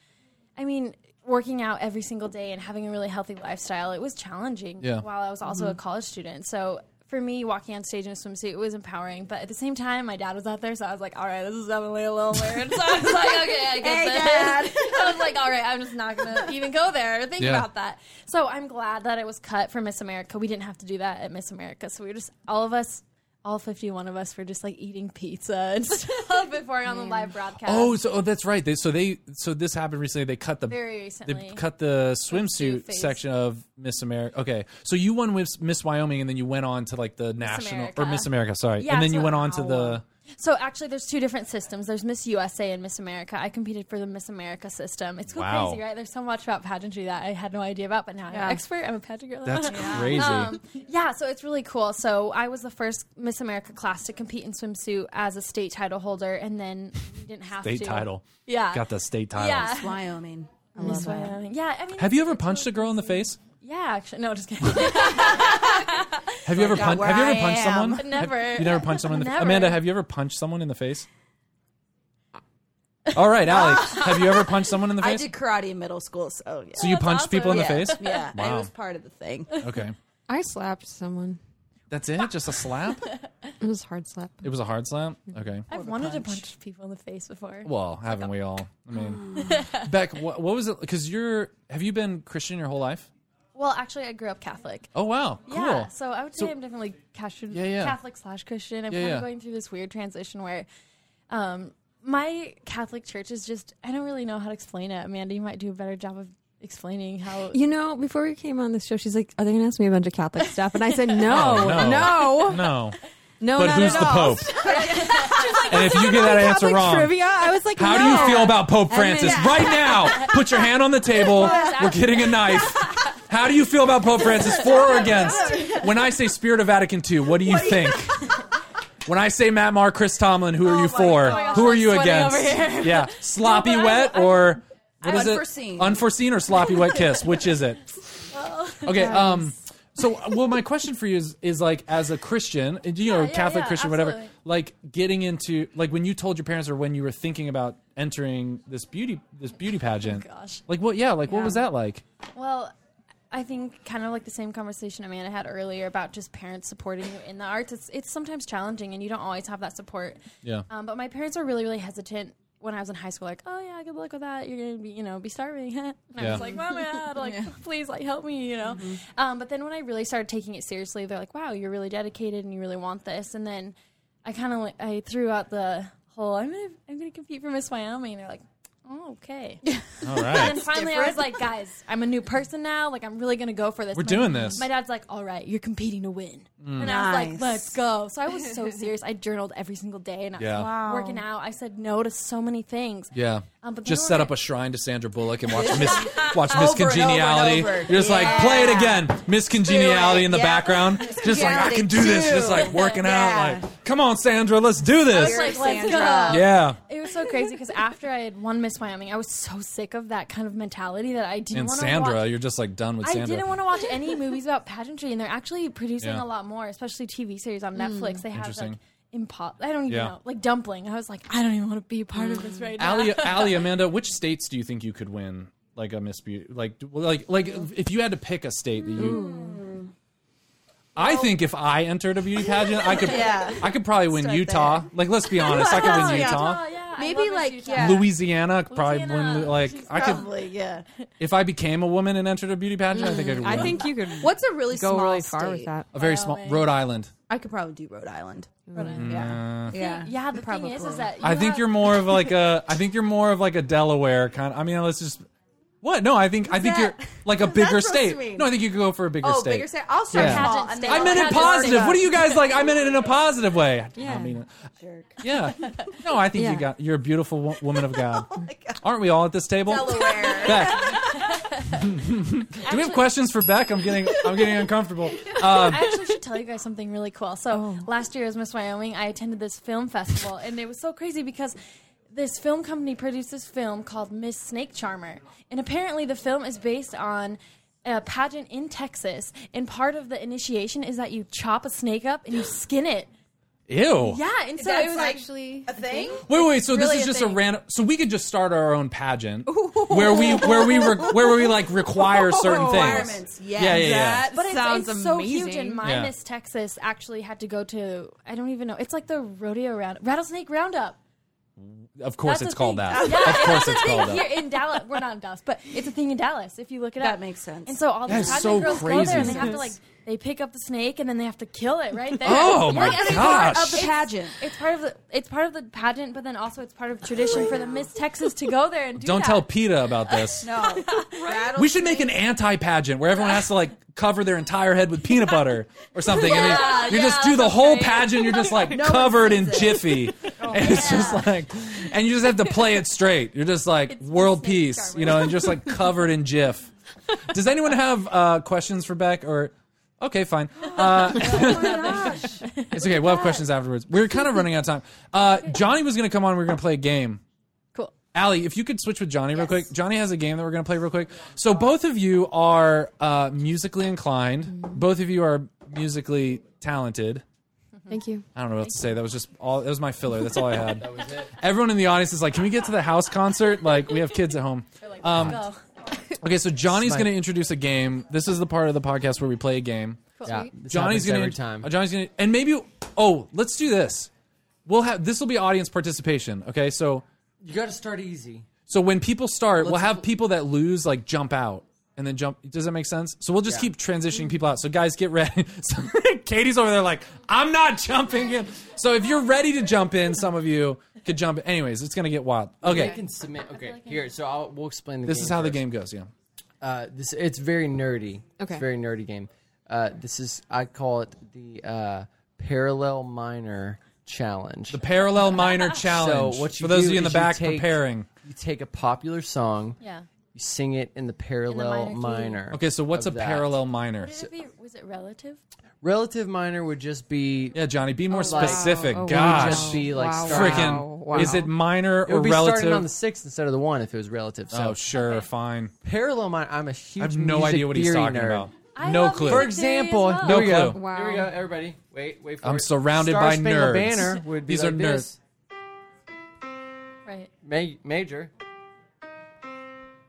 I mean, working out every single day and having a really healthy lifestyle, it was challenging.
Yeah.
While I was also
Mm-hmm.
a college student, so. For me, walking on stage in a swimsuit it was empowering, but at the same time, my dad was out there, so I was like, "All right, this is definitely a little weird." So I was like, "Okay, I get
Hey,
this."
Dad.
I was like, "All right, I'm just not gonna even go there or think
Yeah.
about that." that. So I'm glad that it was cut for Miss America. We didn't have to do that at Miss America. So we were just all of us, all 51 of us, were just like eating pizza and stuff before on the live broadcast.
Oh, so oh, that's right. They, so they so this happened recently. They cut the
Very
They
recently.
cut the
Swimsuit
swimsuit
phase.
section of Miss America. Okay, so you won Miss, Miss Wyoming, and then you went on to like the national or
America.
Miss America. Sorry,
Yeah,
and then
so-
you went on to
Wow.
the
So actually, there's two different systems. There's Miss USA and Miss America. I competed for the Miss America system. It's so
Wow.
crazy, right? There's so much about pageantry that I had no idea about, but now I'm
Yeah.
an expert. I'm a pageant girl.
That's crazy.
Um, yeah, so it's really cool. So I was the first Miss America class to compete in swimsuit as a state title holder, and then we didn't have
state
to.
title.
Yeah.
got the state title.
Yeah.
Wyoming. I love
Miss
that.
Wyoming. Yeah, I mean.
Have you ever punched a girl in the face?
Yeah, actually, no, just kidding.
Have you ever
God,
punched?
where
Have you
I
ever punched
am.
someone?
Never.
Have- you never punched someone in the face.
Never.
Amanda, have you ever punched someone in the face? All right, Allie, have you ever punched someone in the
I
face?
did karate in middle school, so yeah.
so you
That's
punched people Oh, in the
awesome.
face?
yeah,
Wow.
it was part of the thing.
Okay,
I slapped someone.
that's it. Just a slap.
It was a hard slap.
It was a hard slap. Okay.
I've wanted to punch people in the face before.
Well, haven't we all? I mean, Beck, what, what was it? Because you're, have you been Christian your whole life?
Well, actually, I grew up Catholic.
Oh wow, cool.
Yeah, so I would say
So-
I'm definitely Catholic,
Yeah, yeah.
Catholic slash Christian. I'm
Yeah,
kind
yeah.
of going through this weird transition where, um, my Catholic church is just I don't really know how to explain it. Amanda, you might do a better job of explaining how
You know, before we came on the show, she's like, "Are they going to ask me a bunch of Catholic stuff?" And I said, "No,
Oh,
no,
no.
no,
No.
no
but
Oh, not
who's
at
the
all."
Pope? and if you get that answer
Catholic
wrong,
trivia. I was like,
how do
"No."
you feel about Pope
And
Francis
then-
right now? Put your hand on the table. We're getting a knife. How do you feel about Pope Francis, for or against? When I say Spirit of Vatican II, what do you think? When I say Matt Marr, Chris Tomlin, who
Oh
are you for? Who are
I'm
you
sweating
against?
over here.
Yeah, sloppy
but I-
wet or what is
Unforeseen.
it? Unforeseen or sloppy wet kiss? Which is it?
Oh.
Okay. Um. So, well, my question for you is, is like, as a Christian, you know,
Yeah, yeah,
Catholic
yeah,
Christian, whatever,
absolutely.
like getting into, like, when you told your parents or when you were thinking about entering this beauty, this beauty pageant,
gosh.
like, what, yeah, like, what was that like?
Well, I think kind of like the same conversation Amanda had earlier about just parents supporting you in the arts. It's it's sometimes challenging, and you don't always have that support.
Yeah.
Um, but my parents were really really hesitant when I was in high school. Like, oh yeah, good luck with that. You're gonna be you know be starving. and I
Yeah.
was like, mom and dad, like please like help me, you know. Um, but then when I really started taking it seriously, they're like, wow, you're really dedicated and you really want this. And then I kind of I threw out the whole I'm gonna I'm gonna compete for Miss Wyoming. And they're like, oh okay.
All
And
right.
then finally, I was like, guys, I'm a new person now. Like, I'm really gonna go for this.
We're
My-
doing this. Mm.
My dad's like, all right, you're competing to win, and I was like,
Nice.
let's go. So I was so serious. I journaled every single day, and I was
Yeah.
Wow.
working out. I said no to so many things.
Yeah.
Um, but then
just
when
set
I-
up a shrine to Sandra Bullock and watch Miss, watch
Over
Miss
and over and
Congeniality.
over.
You're just like,
Yeah.
play it again. Miss Congeniality in the
Yeah.
background. Just like, I
Congeniality
can do this.
too.
Just like working
Yeah.
out. Like, come on, Sandra, let's do this.
was like, let's
Sandra.
go.
yeah.
It was so crazy because after I had won Miss Wyoming, I was so sick of that kind of mentality that I didn't
And
want to
Sandra,
watch.
you're just like done with
I
Sandra.
didn't want to watch any movies about pageantry, and they're actually producing
Yeah.
a lot more, especially TV series
Hmm.
on Netflix. They have like
Interesting.
impo- I don't even
Yeah. Hmm.
know, like dumpling. I was like, I don't even want to be a part of this right now.
Ali, Ali, Amanda, which states do you think you could win? Like a Miss Beauty, like well, like like if you had to pick a state that you.
Hmm.
I think if I entered a beauty pageant, I could
Yeah.
I could probably win
Start
Utah. Like let's be honest, I could win
Yeah.
Utah.
yeah, I
Maybe
love Miss
like,
Utah.
yeah.
Louisiana I could probably win.
Louisiana.
Like I could
Probably, yeah.
if I became a woman and entered a beauty pageant, I think I could win.
I think you could
What's a really
go
small
really far with
state?
that.
a very small Rhode Island.
I could probably do Rhode Island.
Yeah.
Yeah.
yeah. The thing is, is that you
I think
have-
you're more of like a. I think you're more of like a Delaware kind. I mean, let's just. What? No, I think I think
that-
you're like a
what does that
bigger
supposed
state.
to mean?
No, I think you could go for a bigger
Oh,
state.
bigger state. Oh, I'll start
Yeah.
small.
Pageant
and
state.
then
I
I'll
meant it
have to
positive.
work up.
What do you guys like? I meant it in a positive way. I did not mean it. Yeah. No, I think
Yeah.
you got. You're a beautiful wo- woman of God. Aren't we all at this table?
Oh Delaware.
Beck. Do we have questions for Beck? I'm getting. I'm getting uncomfortable. Um,
I actually should tell you guys something really cool. So last year as Miss Wyoming, I attended this film festival, and it was so crazy because this film company produced this film called Miss Snake Charmer, and apparently the film is based on. A pageant in Texas, and part of the initiation is that you chop a snake up and you skin it.
ew.
Yeah, and so
That's
it was
like
actually
a thing.
Wait, wait. So this
really
is
a
just a
thing.
random. So we could just start our own pageant where we where we re, where we like require certain
Requirements,
things.
yes.
Yeah, yeah, yeah.
That
But it's,
sounds
it's so
amazing.
huge, and my
Yeah.
Miss Texas actually had to go to I don't even know. It's like the rodeo round, rattlesnake roundup.
Of course,
That's
it's
a
called
thing.
that.
Yeah,
of course,
that's
it's
a thing
called
here
that.
in Dallas. We're not in Dallas, but it's a thing in Dallas. If you look it up,
That makes sense.
And so all
That
these
is
pageant
so
girls go
crazy.
there and they have to like they pick up the snake and then they have to kill it right there.
Oh my
Like, as a part
gosh!
of the pageant.
It's part of the it's part of the pageant, but then also it's part of tradition for the Miss Texas to go there and do
Don't
that.
tell PETA about this.
No.
We should make an anti pageant where everyone has to like cover their entire head with peanut butter or something. and
Yeah,
then you
yeah,
just do the
that's
whole
great.
pageant. You're just like
No one
covered
sees
in
it.
jiffy,
Oh,
and it's just like, and you just have to play it straight. You're just like world
snake
peace,
charmer.
you know, and just like covered in jiff. Does anyone have uh, questions for Beck or? Okay, fine. Uh,
Oh
it's okay. We'll have questions afterwards. We're kind of running out of time. Uh, Johnny was going to come on. We were going to play a game.
Cool.
Allie, if you could switch with Johnny real quick. Johnny has a game that we're going to play real quick. So both of you are uh, musically inclined. Both of you are musically talented.
Thank you.
I don't know what else to say. That was just all. That was my filler. That's all I had. Everyone in the audience is like, "Can we get to the house concert? Like, we have kids at home." Um,
Go.
okay, so Johnny's
my-
going to introduce a game. This is the part of the podcast where we play a game.
Yeah,
Johnny's gonna
every time.
uh, Johnny's gonna and maybe oh, let's do this. We'll have this will be audience participation. Okay, so
You got to start easy.
so when people start, we'll
Let's-
have people that lose like jump out and then jump. Does that make sense? So we'll just
Yeah.
keep transitioning people out. So guys, get ready. So Katie's over there like I'm not jumping in. So if you're ready to jump in, some of you could jump. Anyways, it's gonna get wild.
Okay.
Okay,
can submit. Okay, here. So I'll, we'll explain the
this
game
is how the
first.
game goes. Yeah.
Uh, this it's very nerdy. It's
Okay.
a very nerdy game. Uh, this is I call it the uh, parallel minor challenge.
The parallel minor challenge.
So what you
for those
do
of you in the
is you
back
take-
preparing.
you take a popular song,
Yeah.
you sing it in the parallel
minor key.
minor,
Okay, so what's a
of that.
parallel minor?
Would it be, was it relative?
Relative minor would just be
Yeah, Johnny, be more
like-
specific.
Oh, wow.
It would
Gosh.
just be like
Wow.
starting-
Freaking.
Wow.
Is it minor
It
or
would be starting
relative?
on the sixth instead of the one if it was relative. So
oh, sure, fine.
parallel minor. I'm a huge.
I have no
music
idea what he's
theory
talking
nerd.
about.
I
no
love
clue.
For
music theory as
example,
well.
No
here we go.
clue.
Wow.
Here we go, everybody. Wait, wait for
I'm
it.
surrounded
Star
by
Spangled
nerds.
Banner would be
These
like
are
this.
Right.
Ma- major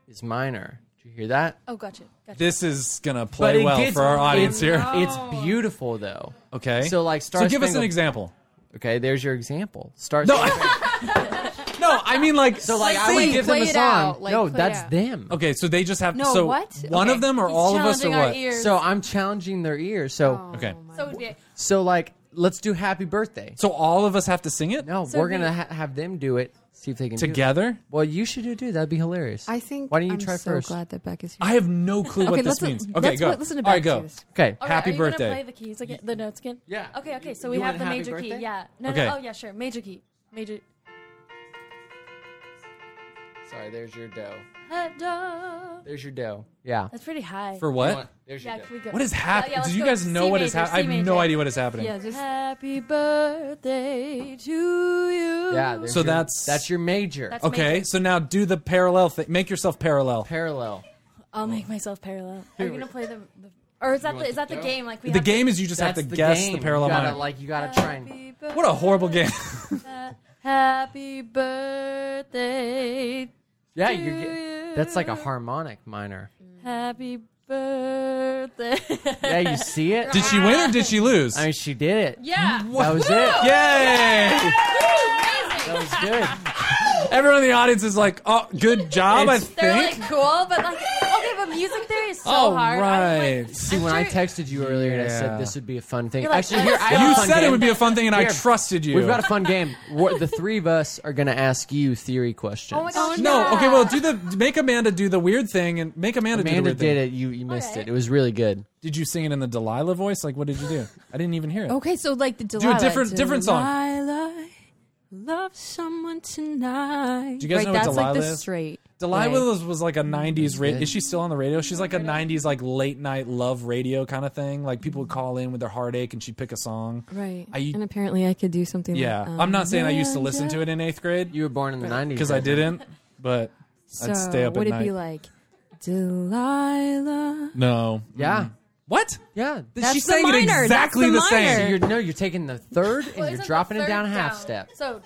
is minor. Did you hear that?
Oh, gotcha. Gotcha.
This is going to play
it
well
gets-
for our audience
it's-
here.
It's beautiful though.
Okay.
So, like,
So
Star
give us an
Spangled-
example.
Okay, there's your example. Star
No,
Spangled-
No, I mean like
So like I would
sing,
give them
play
a
it
song.
out, like,
no,
play it
that's
out.
them.
Okay, so they just have
No,
so
what?
one
Okay.
of them or
He's
all of us or
challenging our
what?
ears.
So I'm challenging their ears. So
Oh.
Okay.
So it would be
so like let's do happy birthday.
So all of us have to sing it
No,
So
we're
we-
gonna ha- have them do it. See if they can do it.
together?
Well, you should do it, too. That'd be hilarious.
I think.
Why don't you
I'm
try
so
first?
glad that Beck is here.
I have no clue what
Okay,
this
let's-
means.
let's-
Okay, go.
let's listen to
All right,
Beck
go.
do this.
Okay.
All right,
Happy
are you gonna
birthday.
Play the keys again, the notes again.
Yeah.
Okay. Okay. So
You
we
want
have the
happy
major key.
birthday?
Yeah. No.
Okay.
No. Oh yeah. Sure. Major key. Major.
Sorry, there's your dough.
Uh, duh.
There's your dough. Yeah.
That's pretty high.
For what?
There's your
yeah,
dough.
can we go?
What is
Yeah,
happening?
let's
Do you
go
guys
C
know what is
major,
happening? I
C
have no
major.
idea what is happening.
Yeah, just
Happy birthday to you.
Yeah. there's
So
your-
that's-
that's your major
That's
Okay,
major.
so now do the parallel thing. Make yourself parallel.
parallel.
I'll make myself parallel. Are you gonna play the? the or is that the, is that the game? Like we
The
have to-
game is you just have
That's
to
the
guess
game.
the parallel
You gotta,
minor.
Like you gotta try and.
Happy birthday.
what a horrible game.
Happy birthday.
Yeah,
to
you're
you.
get, that's like a harmonic minor.
Happy birthday.
Yeah, you see it.
did she win or did she lose?
I mean, she did it.
Yeah.
That was it.
Yay!
That was good.
Everyone in the audience is like, "Oh, good job, I
It's-
They're
think."
like cool, but like okay, but music theory is so
All
hard. I'm like-
right.
See, when I
sure-
texted you earlier and I
Yeah.
said this would be a fun thing,
You're like,
actually, here I have
You
a fun
said it
game.
would be a fun thing, and I
Here.
trusted you.
We've got a fun game. We're- the three of us are going to ask you theory questions.
oh my gosh.
no,
yeah.
okay, well, do the make Amanda do the weird thing, and make Amanda, do the
Amanda
weird thing.
did it. You you missed
Alright.
it. It was really good.
Did you sing it in the Delilah voice? Like, what did you do? I didn't even hear it.
Okay, so like the
Do
Delilah.
a different different song.
Delilah, love someone tonight.
Do you guys
right,
know what
that's
Delilah
like the
is?
straight.
Delilah
way.
was, was like a '90s. radio.
good.
is she still on the radio? She's like a '90s, like late night love radio kind of thing. Like people would call in with their heartache, and she'd pick a song.
Right.
I-
and apparently, I could do something.
Yeah,
like, um,
I'm not saying I used to listen to it in eighth grade
You were born in the nineties
because I didn't, but
So
I'd stay up
would
at
it
night.
be like Delilah?
no,
Yeah,
what?
yeah.
She's
the
saying it
minor, that's
exactly
the
the,
So
same.
minor.
you're no, you're taking the third and
Well,
you're
isn't
dropping
the
it down a
third
half step.
So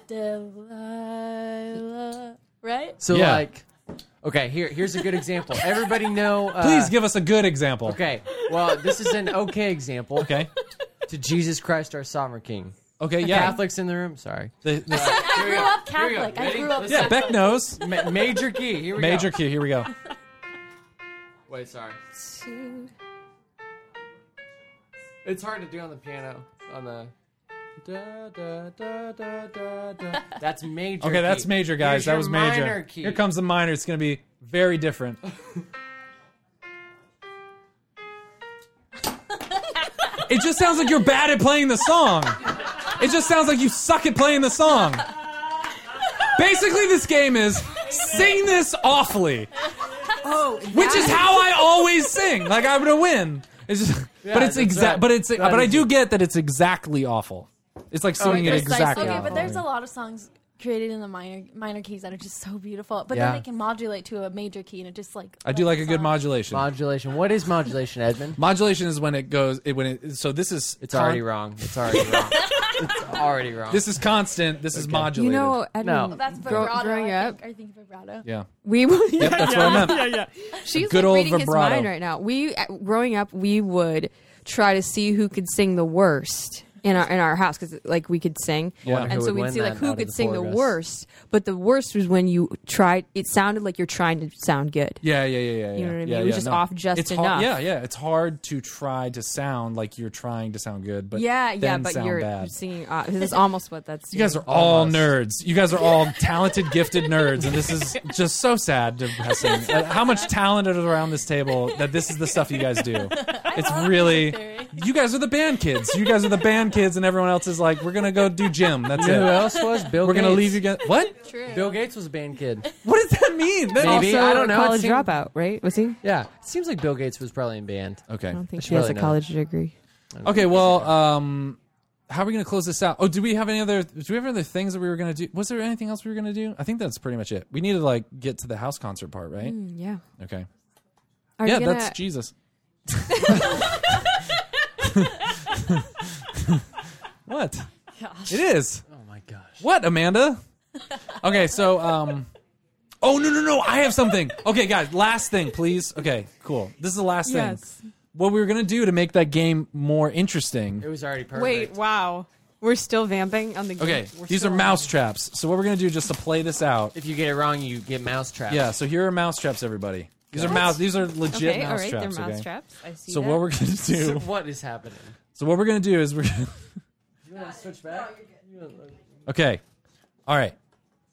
Delilah, right?
So
Yeah.
like, okay, here here's a good example. Everybody know? Uh,
Please give us a good example.
Okay, well this is an okay example.
Okay.
To Jesus Christ, our Sovereign King.
Okay. Yeah.
Catholics in the room. Sorry.
The- the-
I grew up Catholic. I
Ready?
grew up.
yeah. Beck knows.
Ma- major key. Here we
Major
go.
key. Here we go.
Wait, sorry. It's hard to do on the piano. On the. Da, da, da, da, da, da. That's major.
Okay,
key.
that's major,
Here's
guys. That
your
was major.
Minor key.
Here comes the minor. It's going to be very different. it just sounds like you're bad at playing the song. It just sounds like you suck at playing the song. Basically, this game is sing this awfully,
Oh,
which is how I always sing. Like I'm gonna win. It's just, but it's
that's
exact.
right.
But it's. but I
is
do get that it's exactly awful. It's like
Oh,
singing it
there's-
exactly.
Okay,
awful.
but there's a lot of songs created in the minor minor keys that are just so beautiful, but
Yeah.
then they can modulate to a major key, and it just like
I do like
the
a good
song.
modulation.
Modulation. What is modulation, Edmund?
Modulation is when it goes. It, when it. So this is.
It's already wrong. It's already wrong. it's already wrong.
This is constant. This is modulated.
You know, Edmund,
No.
That's
grow-
vibrato.
growing
I
up,
think, I think vibrato.
yeah.
we will.
Yep, that's what I meant.
She's
good
like
old
reading
vibrato.
his mind right now. We, uh, growing up, we would try to see who could sing the worst in our in our house because like we could sing,
Yeah. Wonder who
and so
would win
we'd see
that
like who
out of
could
the
sing
four
the
of us.
worst. But the worst was when you tried. It sounded like you're trying to sound good.
Yeah, yeah, yeah, yeah.
You know
yeah.
what I mean?
Yeah,
It was
yeah,
just
no.
off just
it's hard-
enough.
yeah, yeah. It's hard to try to sound like you're trying to sound good, but
yeah,
then
yeah. But
sound
you're
bad.
singing. Uh, this is almost what that's.
You guys are all
Almost.
nerds. You guys are all talented, gifted nerds, and this is just so sad, depressing. Uh, how much talent is around this table that this is the stuff you guys do? It's really. You guys are the band kids. You guys are the band kids, and everyone else is like, we're gonna go do gym. That's
You know who
it.
else was Bill?
We're
Gates.
gonna leave you guys. What?
True.
Bill Gates was a band kid.
What does that mean? That-
Maybe.
also
I don't know. It
College
seemed-
dropout, right? Was he?
Yeah, it seems like Bill Gates was probably in band.
Okay.
I don't think
should
she has
really
a
know.
college degree.
Okay. Well, um, how are we gonna close this out? Oh, do we have any other? Do we have any other things that we were gonna do? Was there anything else we were gonna do? I think that's pretty much it. We need to like get to the house concert part, right?
Yeah.
Okay.
Are
yeah,
you gonna-
that's Jesus. what? It is.
Oh my gosh.
What, Amanda? Okay, so um Oh no no no, I have something. Okay, guys, last thing, please. Okay, cool. This is the last
Yes.
thing. What we were gonna do to make that game more interesting.
It was already perfect.
Wait, wow. We're still vamping on the game.
Okay,
We're
these are
still on
mouse traps. So what we're gonna do just to play this out.
If you get it wrong, you get mousetrap.
Yeah, so here are mouse traps, everybody. These are mouse these are legit
Okay,
mouse
all right,
traps.
they're mouse
okay?
traps. I see.
So
that.
what we're gonna do
What is happening?
So what we're gonna do is we're gonna
You want to switch back?
Okay. All right.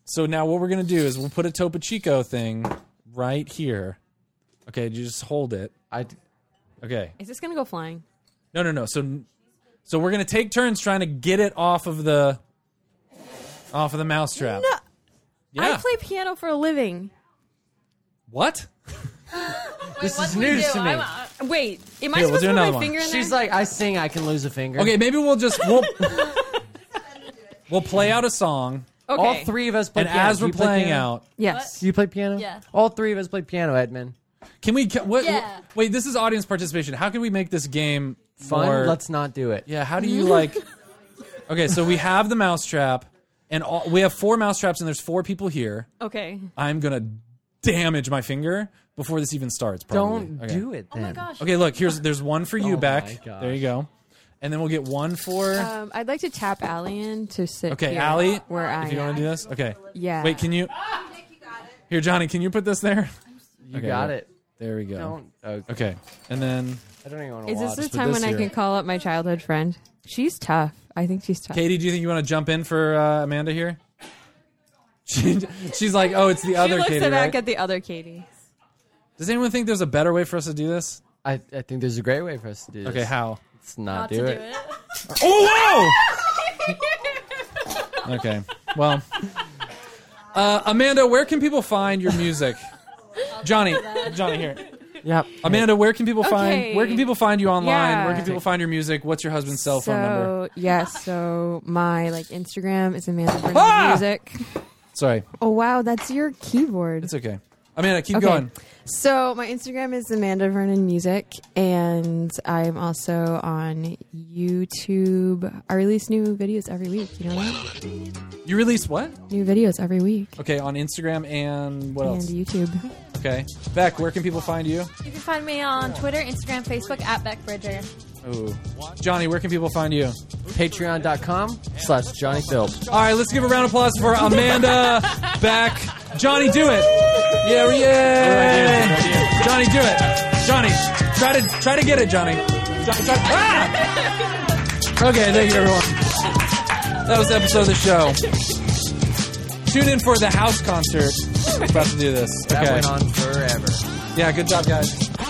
So now what we're gonna do is we'll put a Topo Chico thing right here. Okay, you just hold it.
I.
Okay.
is this gonna go flying?
No, no, no. So, so we're gonna take turns trying to get it off of the, off of the mousetrap.
No.
Yeah.
I play piano for a living.
what?
This is news to me.
Wait, am I
Here, we'll
supposed
do
to put
another
my
one.
finger in
She's
there?
like, I sing, I can lose a finger.
Okay, maybe we'll just we'll we'll play out a song,
okay.
All three of us play
and
piano.
as
Do
we're
you play
playing
piano?
out,
Yes.
Do you play piano?
Yeah.
All three of us play piano, Edmund.
can we? ca- What,
Yeah.
Wait, this is audience participation. How can we make this game
Fun?
More,
Let's not do it.
Yeah, how do you like? Okay, so we have the mousetrap, and all, we have four mousetraps, and there's four people here.
Uh, Okay.
I'm gonna damage my finger before this even starts. Probably.
Don't
Okay.
do it then.
Oh my gosh.
Okay, look, here's there's one for you
Oh my
back.
gosh.
There you go. And then we'll get one for
Um, I'd like to tap Allie in to sit.
Okay,
here
Allie,
where I
if you want
am.
to do this. Okay.
Yeah.
Wait, can you Here, Johnny, can you put this there?
You got it.
There we go.
Don't. Okay.
Okay. And then
I don't even want to
Is
watch.
this
put
the time
this
when I
here.
can call up my childhood friend? She's tough. I think she's tough.
Katie, do you think you want to jump in for uh, Amanda here? She, she's like, "Oh, it's the
she
other
looks
Katie."
back
right?
at the other Katie.
Does anyone think there's a better way for us to do this?
I, I think there's a great way for us to do this.
Okay, how?
Let's not,
Not
do,
to do
it.
it.
Oh wow! okay. Well, uh, Amanda, where can people find your music? Johnny, Johnny here.
Yep.
Amanda, where can people find
Okay.
where can people find you online?
Yeah.
Where can people find your music? What's your husband's cell
so
phone number?
yes, so my like Instagram is Amanda Burnham
Ah!
Music.
Sorry,
Oh wow, that's your keyboard.
it's okay. Amanda, keep
Okay.
going.
So my Instagram is Amanda Vernon Music, and I'm also on YouTube. I release new videos every week. You know that?
You release what?
New videos every week,
Okay, on Instagram and what
and
else?
YouTube.
Okay, Beck, where can people find you?
You can find me on Twitter, Instagram, Facebook at Beck Bridger.
Ooh. Johnny, where can people find you?
Patreon.com slash Johnny Philp.
All right, let's give a round of applause for Amanda Beck. Johnny, do it. Yeah, yeah. Johnny, do it. Johnny, try to try to get it, Johnny. Johnny, try- ah! Okay, thank you, everyone. That was the episode of the show. Tune in for the house concert. We're about to do this.
That
Okay.
went on forever.
Yeah, good job, guys.